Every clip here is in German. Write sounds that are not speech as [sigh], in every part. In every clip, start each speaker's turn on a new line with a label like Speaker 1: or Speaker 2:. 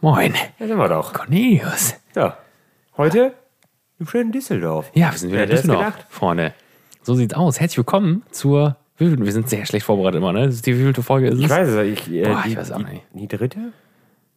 Speaker 1: Moin,
Speaker 2: Da sind wir doch.
Speaker 1: Cornelius.
Speaker 2: Ja. Heute im schönen Düsseldorf.
Speaker 1: Ja, wir sind wieder
Speaker 2: Wer
Speaker 1: in
Speaker 2: hätte das
Speaker 1: Düsseldorf
Speaker 2: gedacht?
Speaker 1: vorne. So sieht's aus. Herzlich willkommen zur wievielten- Wir sind sehr schlecht vorbereitet immer, ne? Das ist die wievielte Folge ist
Speaker 2: Ich
Speaker 1: es?
Speaker 2: weiß es ich, äh,
Speaker 1: Boah,
Speaker 2: die,
Speaker 1: ich weiß auch
Speaker 2: die,
Speaker 1: nicht.
Speaker 2: die dritte?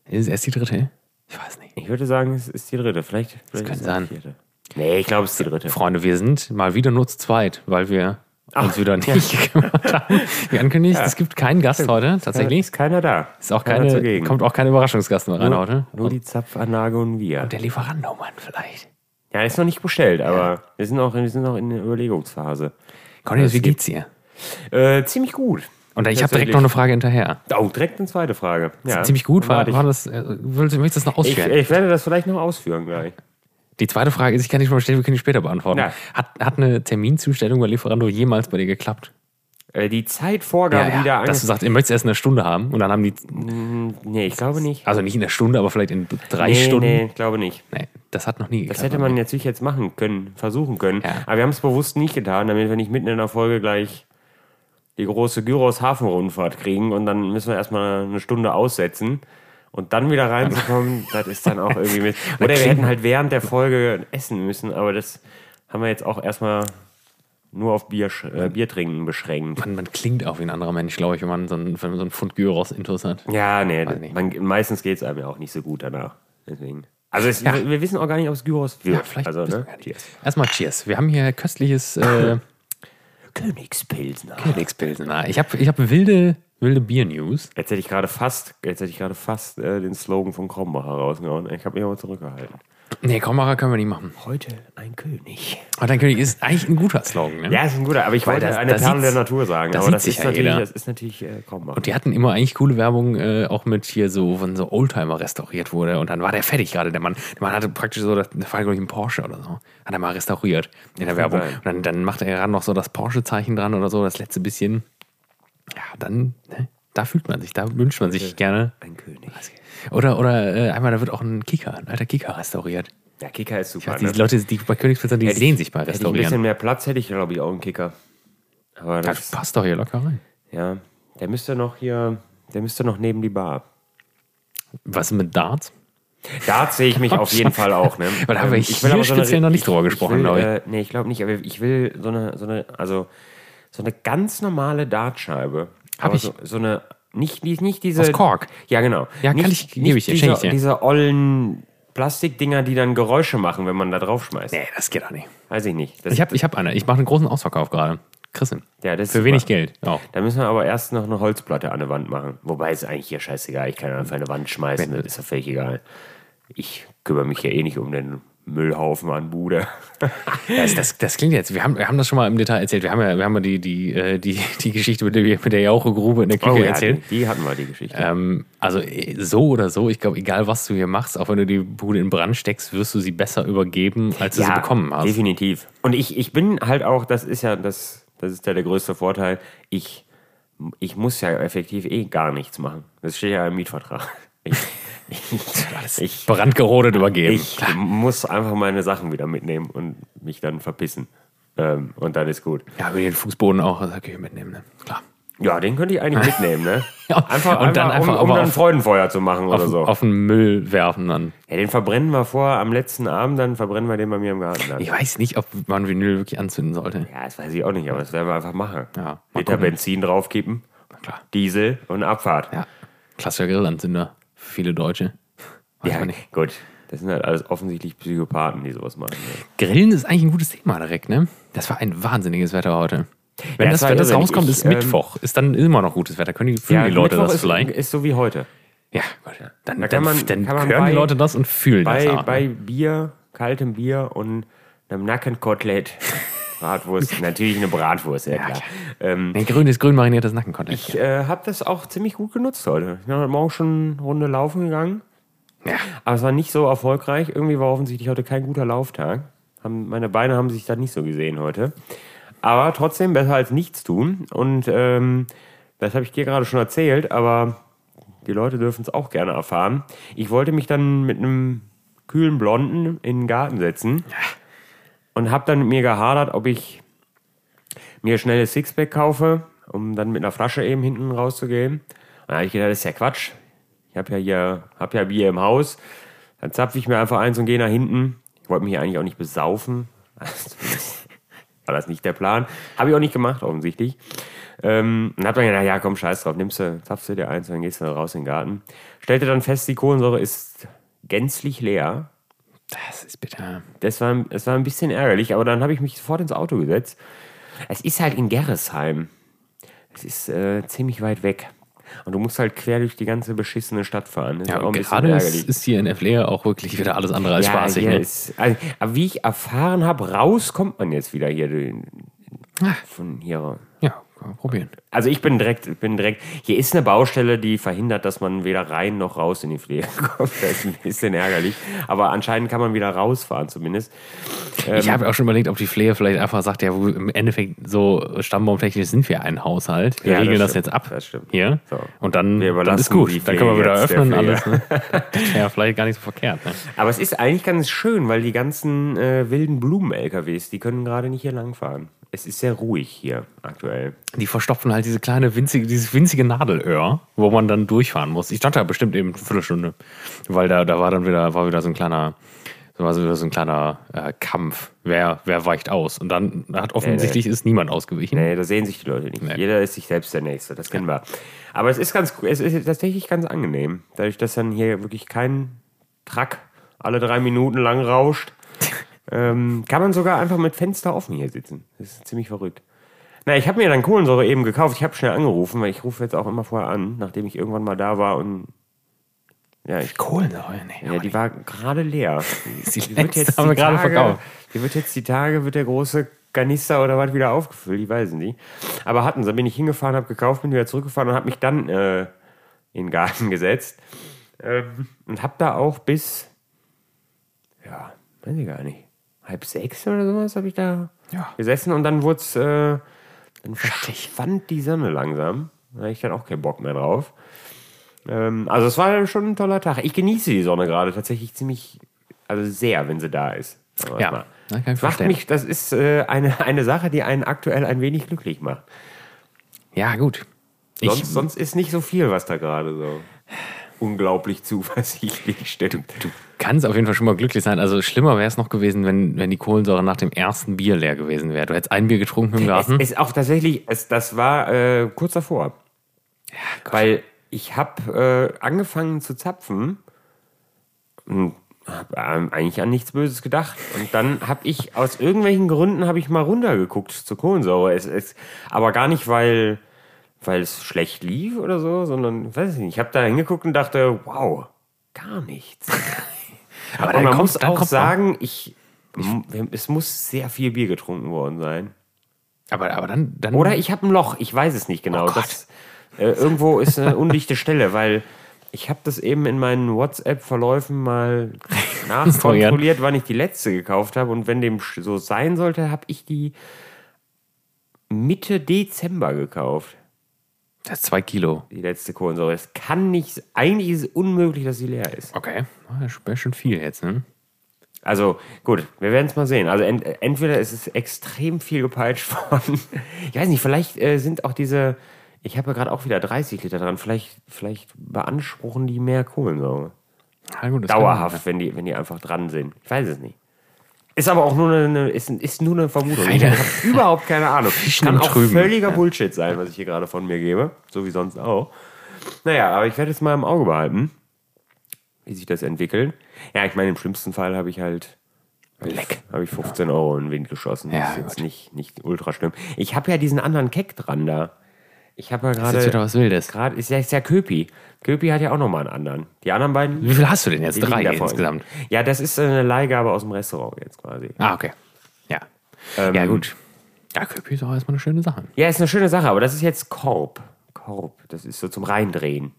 Speaker 1: Ist es erst die dritte? Ich weiß nicht.
Speaker 2: Ich würde sagen, es ist die dritte. Vielleicht, vielleicht das
Speaker 1: könnte
Speaker 2: ist es die
Speaker 1: sein.
Speaker 2: vierte. Nee, ich glaube, es ist die dritte.
Speaker 1: Freunde, wir sind mal wieder nur zu zweit, weil wir uns [laughs] wieder nicht gemacht haben. Wie angekündigt, es gibt keinen Gast heute, tatsächlich.
Speaker 2: Ist keiner da.
Speaker 1: Ist auch
Speaker 2: keiner
Speaker 1: keine,
Speaker 2: zugegen.
Speaker 1: kommt auch kein Überraschungsgast mehr rein heute.
Speaker 2: Nur die Zapfanlage und wir.
Speaker 1: Der Lieferandomann vielleicht.
Speaker 2: Ja, ist noch nicht bestellt, aber wir sind noch, wir sind noch in der Überlegungsphase.
Speaker 1: Cornelius, wie geht's dir?
Speaker 2: Äh, ziemlich gut.
Speaker 1: Und ich habe direkt
Speaker 2: Tatsächlich.
Speaker 1: noch eine Frage hinterher.
Speaker 2: Oh, direkt eine zweite Frage. Ja.
Speaker 1: Ziemlich gut, war,
Speaker 2: Warte,
Speaker 1: war das, äh, willst, möchtest du das noch
Speaker 2: Ich, ich,
Speaker 1: ausführen?
Speaker 2: ich werde das vielleicht noch ausführen gleich.
Speaker 1: Die zweite Frage ist, ich kann nicht mal stellen, wir können die später beantworten.
Speaker 2: Ja.
Speaker 1: Hat, hat eine Terminzustellung bei Lieferando jemals bei dir geklappt?
Speaker 2: Äh, die Zeitvorgabe, die da
Speaker 1: dass du sagst, ihr möchtest erst in einer Stunde haben und dann haben die,
Speaker 2: Nee, ich glaube nicht.
Speaker 1: also nicht in der Stunde, aber vielleicht in drei
Speaker 2: nee,
Speaker 1: Stunden.
Speaker 2: Nee, ich glaube nicht.
Speaker 1: Nee, das hat noch nie geklappt.
Speaker 2: Das hätte man natürlich jetzt machen können, versuchen können.
Speaker 1: Ja.
Speaker 2: Aber wir haben es bewusst nicht getan, damit wir nicht mitten in der Folge gleich die große Gyros-Hafenrundfahrt kriegen und dann müssen wir erstmal eine Stunde aussetzen. Und dann
Speaker 1: [laughs]
Speaker 2: wieder reinzukommen, das ist dann auch irgendwie mit. Oder wir hätten halt während der Folge essen müssen, aber das haben wir jetzt auch erstmal nur auf Bier, sch- äh, Bier trinken beschränkt.
Speaker 1: man, man klingt auch wie ein anderer Mensch, glaube ich, wenn man so ein, wenn man so ein Pfund Gyros intus hat.
Speaker 2: Ja, nee,
Speaker 1: nicht.
Speaker 2: man, meistens geht es einem ja auch nicht so gut danach. Deswegen. Also es,
Speaker 1: Ja.
Speaker 2: wir, wir wissen auch gar nicht, ob es Gyros wird.
Speaker 1: Ja, vielleicht
Speaker 2: also,
Speaker 1: wissen
Speaker 2: ne?
Speaker 1: wir gar nicht. Erstmal Cheers. Wir haben hier köstliches
Speaker 2: [laughs]
Speaker 1: äh,
Speaker 2: Königspilsner.
Speaker 1: Königspilsener. Ich habe ich hab wilde, wilde Bier-News.
Speaker 2: Jetzt hätte ich gerade fast, jetzt hätte ich gerade fast äh, den Slogan von Krombacher rausgehauen. Ich habe mich aber zurückgehalten.
Speaker 1: Nee, Krombacher können wir nicht machen.
Speaker 2: Heute ein König.
Speaker 1: Aber dann König ist eigentlich ein guter Slogan. Ne?
Speaker 2: Ja, ist ein guter, aber ich wollte
Speaker 1: das-
Speaker 2: eine
Speaker 1: da
Speaker 2: Perle der
Speaker 1: sieht's-
Speaker 2: Natur sagen.
Speaker 1: da
Speaker 2: aber
Speaker 1: sieht
Speaker 2: das,
Speaker 1: sich
Speaker 2: ist
Speaker 1: ja
Speaker 2: natürlich,
Speaker 1: jeder.
Speaker 2: das ist natürlich äh, Krombacher.
Speaker 1: Die hatten immer eigentlich coole Werbung, äh, auch mit hier so, wenn so Oldtimer restauriert wurde. Und dann war der fertig gerade, der Mann. Der Mann hatte praktisch so, das das war, glaube ich, ein Porsche oder so. Hat er mal restauriert in der Werbung.
Speaker 2: sein.
Speaker 1: Und dann, dann machte er gerade noch so das Porsche-Zeichen dran oder so, das letzte bisschen. Ja, dann, ne, da fühlt man sich, da wünscht man sich gerne.
Speaker 2: Ein König.
Speaker 1: Oder, oder äh, einmal, da wird auch ein Kicker, ein alter Kicker restauriert. Also
Speaker 2: Ja, Kicker ist super.
Speaker 1: Die Leute, die bei Königspilzern, die
Speaker 2: Hätte ich-
Speaker 1: sehen sich bei
Speaker 2: hätte ich ein bisschen
Speaker 1: Restaurieren.
Speaker 2: mehr Platz hätte ich, glaube ich, auch einen Kicker. Aber
Speaker 1: Das
Speaker 2: das,
Speaker 1: passt doch hier locker rein.
Speaker 2: ja, der müsste noch hier, der müsste noch neben die Bar.
Speaker 1: Was mit Darts?
Speaker 2: Da sehe ich mich auf jeden Fall
Speaker 1: [laughs]
Speaker 2: auch. Ne?
Speaker 1: Aber da haben wir
Speaker 2: Ähm, will
Speaker 1: hier
Speaker 2: aber so
Speaker 1: speziell noch nicht drüber gesprochen,
Speaker 2: Ich will,
Speaker 1: glaube ich.
Speaker 2: äh, nee, ich glaube nicht, aber ich will so eine, so eine, also so eine ganz normale Dartscheibe.
Speaker 1: Hab
Speaker 2: Aber
Speaker 1: ich.
Speaker 2: So, so eine, nicht, nicht, nicht diese.
Speaker 1: Aus Kork.
Speaker 2: Ja, genau.
Speaker 1: Ja, kann ich-
Speaker 2: nicht,
Speaker 1: gebe ich dir,
Speaker 2: diese,
Speaker 1: schenke ich dir.
Speaker 2: Diese ollen Plastikdinger, die dann Geräusche machen, wenn man da drauf schmeißt.
Speaker 1: Nee, das geht auch nicht.
Speaker 2: Weiß ich nicht. Das,
Speaker 1: Ich habe ich hab eine. Ich mache einen großen Ausverkauf gerade. Christen.
Speaker 2: Ja, das ist
Speaker 1: Für
Speaker 2: super.
Speaker 1: wenig Geld. Auch.
Speaker 2: da müssen wir aber erst noch eine Holzplatte an eine Wand machen. Wobei ist eigentlich hier scheißegal. Ich kann einfach eine Wand schmeißen. Das ist ja völlig egal. Ich kümmere mich ja eh nicht um den Müllhaufen
Speaker 1: [laughs]
Speaker 2: an Bude.
Speaker 1: Das, das, das klingt jetzt, wir haben, wir haben das schon mal im Detail erzählt. Wir haben ja, wir haben ja die, die, äh, die, [laughs] die Geschichte mit der, mit der Jauchegrube in der Küche
Speaker 2: Oh, ja,
Speaker 1: erzählt.
Speaker 2: Die, die hatten wir, die Geschichte.
Speaker 1: Ähm, also eh, so oder so, ich glaube, egal was du hier machst, auch wenn du die Bude in Brand steckst, wirst du sie besser übergeben, als du sie bekommen hast.
Speaker 2: Definitiv. Und ich, ich bin halt auch, das ist ja, das, das ist ja der größte Vorteil. Ich, ich muss ja effektiv eh gar nichts machen. Das steht ja
Speaker 1: [laughs]
Speaker 2: im Mietvertrag. Ich, ich, ich,
Speaker 1: Brandgerodet übergeben.
Speaker 2: ich muss einfach meine Sachen wieder mitnehmen und mich dann verpissen. Ähm, und dann ist gut.
Speaker 1: Ja, über den Fußboden auch aus der Küche mitnehmen. Ne? Klar.
Speaker 2: Ja, den könnte
Speaker 1: [laughs]
Speaker 2: ich eigentlich mitnehmen, ne? Einfach,
Speaker 1: Und dann einfach
Speaker 2: um, um
Speaker 1: aber
Speaker 2: dann
Speaker 1: auf-
Speaker 2: Freudenfeuer zu machen oder
Speaker 1: Auf,
Speaker 2: so.
Speaker 1: auf den Müll werfen dann.
Speaker 2: Ja, den verbrennen wir vor am letzten Abend, dann verbrennen wir den bei mir im Garten. Dann.
Speaker 1: Ich weiß nicht, ob man Vinyl wirklich anzünden sollte.
Speaker 2: Ja, das weiß ich auch nicht, aber das werden wir einfach machen.
Speaker 1: Ja, mal
Speaker 2: Liter
Speaker 1: gucken.
Speaker 2: Benzin draufkippen,
Speaker 1: Na klar.
Speaker 2: Diesel und Abfahrt.
Speaker 1: Ja, klassischer Grillanzünder für viele Deutsche. Weiß man nicht.
Speaker 2: gut. Das sind halt alles offensichtlich Psychopathen, die sowas machen. ne?
Speaker 1: Grillen ist eigentlich ein gutes Thema direkt, ne? Das war ein wahnsinniges Wetter heute. Wenn
Speaker 2: Ja,
Speaker 1: das,
Speaker 2: das war
Speaker 1: wenn das
Speaker 2: irre.
Speaker 1: rauskommt,
Speaker 2: Ich,
Speaker 1: ist
Speaker 2: ähm,
Speaker 1: Mittwoch. Ist dann immer noch gutes Wetter. Können die, fühlen die Leute
Speaker 2: Mittwoch
Speaker 1: das
Speaker 2: ist,
Speaker 1: vielleicht?
Speaker 2: Ist so wie heute.
Speaker 1: ja, gut. Dann,
Speaker 2: Da
Speaker 1: dann,
Speaker 2: kann man-
Speaker 1: dann
Speaker 2: kann man
Speaker 1: hören die
Speaker 2: bei-
Speaker 1: Leute das und fühlen
Speaker 2: Bei,
Speaker 1: das. auch, ne?
Speaker 2: bei Bier, kaltem Bier und
Speaker 1: [laughs]
Speaker 2: einem Nackenkotelett, Bratwurst, natürlich eine Bratwurst, ja klar. Ähm,
Speaker 1: nee, grün ist grün mariniertes Nackenkotelett.
Speaker 2: ich äh, habe das auch ziemlich gut genutzt heute. Ich bin heute Morgen schon eine Runde laufen gegangen.
Speaker 1: Ja.
Speaker 2: Aber es war nicht so erfolgreich. Irgendwie war offensichtlich heute kein guter Lauftag. Haben, meine Beine haben sich da nicht so gesehen heute. Aber trotzdem besser als nichts tun. Und ähm, das habe ich dir gerade schon erzählt, aber die Leute dürfen es auch gerne erfahren. Ich wollte mich dann mit einem kühlen Blonden in den Garten setzen und habe dann mit mir gehadert, ob ich mir schnelles Sixpack kaufe, um dann mit einer Flasche eben hinten rauszugehen. Und da habe ich gedacht, das ist ja Quatsch. Ich habe ja, hier- hab ja Bier im Haus. Dann zapfe ich mir einfach eins und gehe nach hinten. Ich wollte mich ja eigentlich auch nicht besaufen. [laughs] Also, war das nicht der Plan. Habe ich auch nicht gemacht, offensichtlich. Ähm, und hab dann gedacht, ja komm, scheiß drauf, nimmst du, zapfst du dir eins und dann gehst du raus in den Garten. Stellte dann fest, die Kohlensäure ist gänzlich leer.
Speaker 1: Das ist bitter.
Speaker 2: Das war, das war ein bisschen ärgerlich, aber dann habe ich mich sofort ins Auto gesetzt. Es ist halt in Gerresheim. Es ist äh, ziemlich weit weg. Und du musst halt quer durch die ganze beschissene Stadt fahren. Das
Speaker 1: Ja,
Speaker 2: ist auch ein
Speaker 1: und
Speaker 2: bisschen
Speaker 1: gerade ist,
Speaker 2: ärgerlich.
Speaker 1: ist hier in Flair auch wirklich wieder alles andere als spaßig.
Speaker 2: hier
Speaker 1: Ne?
Speaker 2: ist, also, aber wie ich erfahren habe, raus kommt man jetzt wieder hier den-
Speaker 1: Ah.
Speaker 2: von hier.
Speaker 1: Ja, kann man probieren.
Speaker 2: Also ich bin direkt, ich bin direkt. Hier ist eine Baustelle, die verhindert, dass man weder rein noch raus in die Pflege [laughs] kommt. Das ist ein bisschen ärgerlich. Aber anscheinend kann man wieder rausfahren zumindest.
Speaker 1: ich
Speaker 2: Ähm,
Speaker 1: habe auch schon überlegt, ob die Flair vielleicht einfach sagt, ja, wo- im Endeffekt so stammbaumtechnisch sind wir ein Haushalt. Wir
Speaker 2: Ja, das
Speaker 1: regeln das,
Speaker 2: stimmt.
Speaker 1: jetzt ab.
Speaker 2: Das stimmt.
Speaker 1: Hier.
Speaker 2: So.
Speaker 1: Und dann, dann
Speaker 2: Wir
Speaker 1: ist
Speaker 2: überlassen
Speaker 1: gut.
Speaker 2: die
Speaker 1: Dann können wir wieder
Speaker 2: Pflege
Speaker 1: öffnen.
Speaker 2: jetzt
Speaker 1: Alles, ne?
Speaker 2: [laughs]
Speaker 1: Ja, vielleicht gar nicht so verkehrt. Ne?
Speaker 2: Aber es ist eigentlich ganz schön, weil die ganzen äh, wilden Blumen-LKWs, die können gerade nicht hier langfahren. Es ist sehr ruhig hier aktuell.
Speaker 1: Die verstopfen halt diese kleine, winzige, dieses winzige Nadelöhr, wo man dann durchfahren muss. Ich stand da bestimmt eben eine Viertelstunde, weil da, da war dann wieder, war wieder so ein kleiner, so war so wieder so ein kleiner äh, Kampf. Wer, wer weicht aus? Und dann hat offensichtlich ist niemand ausgewichen.
Speaker 2: Nee, da sehen sich die Leute nicht. Jeder ist sich selbst der Nächste, das kennen wir. Aber es ist ganz cool, es ist tatsächlich ganz angenehm, dadurch, dass dann hier wirklich kein Truck alle drei Minuten lang rauscht. ähm, kann man sogar einfach mit Fenster offen hier sitzen. Das ist ziemlich verrückt. Na, ich habe mir dann Kohlensäure eben gekauft. Ich habe schnell angerufen, weil ich rufe jetzt auch immer vorher an, nachdem ich irgendwann mal da war und ja, ich
Speaker 1: Kohlensäure, nee.
Speaker 2: Ja, die war gerade leer. Die,
Speaker 1: letzte haben wir gerade
Speaker 2: Tage-
Speaker 1: verkauft.
Speaker 2: Die wird jetzt die Tage, wird der große Kanister oder was wieder aufgefüllt, ich weiß es nicht. Aber hatten sie, bin ich hingefahren, habe gekauft, bin wieder zurückgefahren und habe mich dann äh, in den Garten [laughs] gesetzt. Ähm, und habe da auch bis, ja, weiß ich gar nicht, halb sechs oder sowas habe ich da
Speaker 1: Ja.
Speaker 2: gesessen und dann wurde es, äh, dann [laughs] verschwand die Sonne langsam. Da hatte ich dann auch keinen Bock mehr drauf. Ähm, also es war schon ein toller Tag. Ich genieße die Sonne gerade tatsächlich ziemlich, also sehr, wenn sie da ist. Aber
Speaker 1: Ja,
Speaker 2: mal.
Speaker 1: das kann ich
Speaker 2: macht
Speaker 1: verstehen.
Speaker 2: mich, das ist äh, eine, eine Sache, die einen aktuell ein wenig glücklich macht.
Speaker 1: Ja, gut. Ich,
Speaker 2: Sonst, sonst ist nicht so viel, was da gerade
Speaker 1: [sighs]
Speaker 2: so unglaublich zuversichtlich stimmt.
Speaker 1: du kannst auf jeden Fall schon mal glücklich sein. Also schlimmer wäre es noch gewesen, wenn, wenn die Kohlensäure nach dem ersten Bier leer gewesen wäre. Du hättest ein Bier getrunken im
Speaker 2: Es
Speaker 1: Garten.
Speaker 2: [laughs] ist auch tatsächlich, es, das war äh, kurz davor. weil ich habe äh, angefangen zu zapfen und habe ähm, eigentlich an nichts Böses gedacht. Und dann habe ich aus irgendwelchen Gründen habe ich mal runtergeguckt zur Kohlensäure. Es, es, aber gar nicht, weil, weil es schlecht lief oder so, sondern weiß ich nicht. Ich habe da hingeguckt und dachte, wow, gar nichts.
Speaker 1: Aber
Speaker 2: Und man
Speaker 1: kommst-
Speaker 2: muss auch
Speaker 1: kommst-
Speaker 2: sagen, ich, es muss sehr viel Bier getrunken worden sein.
Speaker 1: Aber, aber dann, dann
Speaker 2: Oder ich habe ein Loch, ich weiß es nicht genau.
Speaker 1: Oh Gott.
Speaker 2: das, äh, irgendwo ist eine undichte Stelle, weil ich habe das eben in meinen WhatsApp-Verläufen
Speaker 1: [laughs]
Speaker 2: mal nachkontrolliert, wann ich die letzte gekauft habe. Und wenn dem sch- so sein sollte, habe ich die Mitte Dezember gekauft,
Speaker 1: das ist zwei Kilo.
Speaker 2: die letzte Kohlensäure. Es kann nicht, eigentlich ist es unmöglich, dass sie leer ist.
Speaker 1: Okay, Ah, das wäre schon viel jetzt, ne?
Speaker 2: Also gut, wir werden es mal sehen. Also ent entweder ist es extrem viel gepeitscht [laughs] worden. Ich weiß nicht, vielleicht äh, sind auch diese, ich habe ja gerade auch wieder 30 Liter dran, vielleicht, vielleicht beanspruchen die mehr Kohlensäure.
Speaker 1: Ja, Ah, gut, das kann-
Speaker 2: Dauerhaft, wenn die, wenn die einfach dran sind. Ich weiß es nicht. Ist aber auch nur eine, ist, ist nur eine Vermutung. Ich habe überhaupt
Speaker 1: [laughs]
Speaker 2: keine Ahnung. Kann
Speaker 1: im
Speaker 2: auch
Speaker 1: Trüben.
Speaker 2: völliger Bullshit sein, was ich hier gerade von mir gebe. So wie sonst auch. Naja, aber ich werde es mal im Auge behalten, wie sich das entwickelt. Ja, ich meine, im schlimmsten Fall habe ich halt
Speaker 1: Leck.
Speaker 2: habe ich 15 Euro in den Wind geschossen.
Speaker 1: Ja,
Speaker 2: das ist jetzt
Speaker 1: gut.
Speaker 2: nicht, nicht ultra schlimm. Ich habe ja diesen anderen Keck dran da. Ich habe ja
Speaker 1: Das ist wieder
Speaker 2: gerade.
Speaker 1: was Wildes.
Speaker 2: Gerade ist ja, ist ja Köpi. Köpi hat ja auch nochmal einen anderen. Die anderen beiden.
Speaker 1: Wie viel hast du denn jetzt?
Speaker 2: die
Speaker 1: Drei
Speaker 2: liegen da vor-
Speaker 1: insgesamt.
Speaker 2: Ja, das ist äh, eine Leihgabe aus dem Restaurant jetzt quasi.
Speaker 1: Ah, okay. Ja.
Speaker 2: Ähm,
Speaker 1: ja, gut. Ja, Köpi ist auch erstmal eine schöne Sache.
Speaker 2: Ja, ist eine schöne Sache, aber das ist jetzt Korb. Korb. Das ist so zum Reindrehen.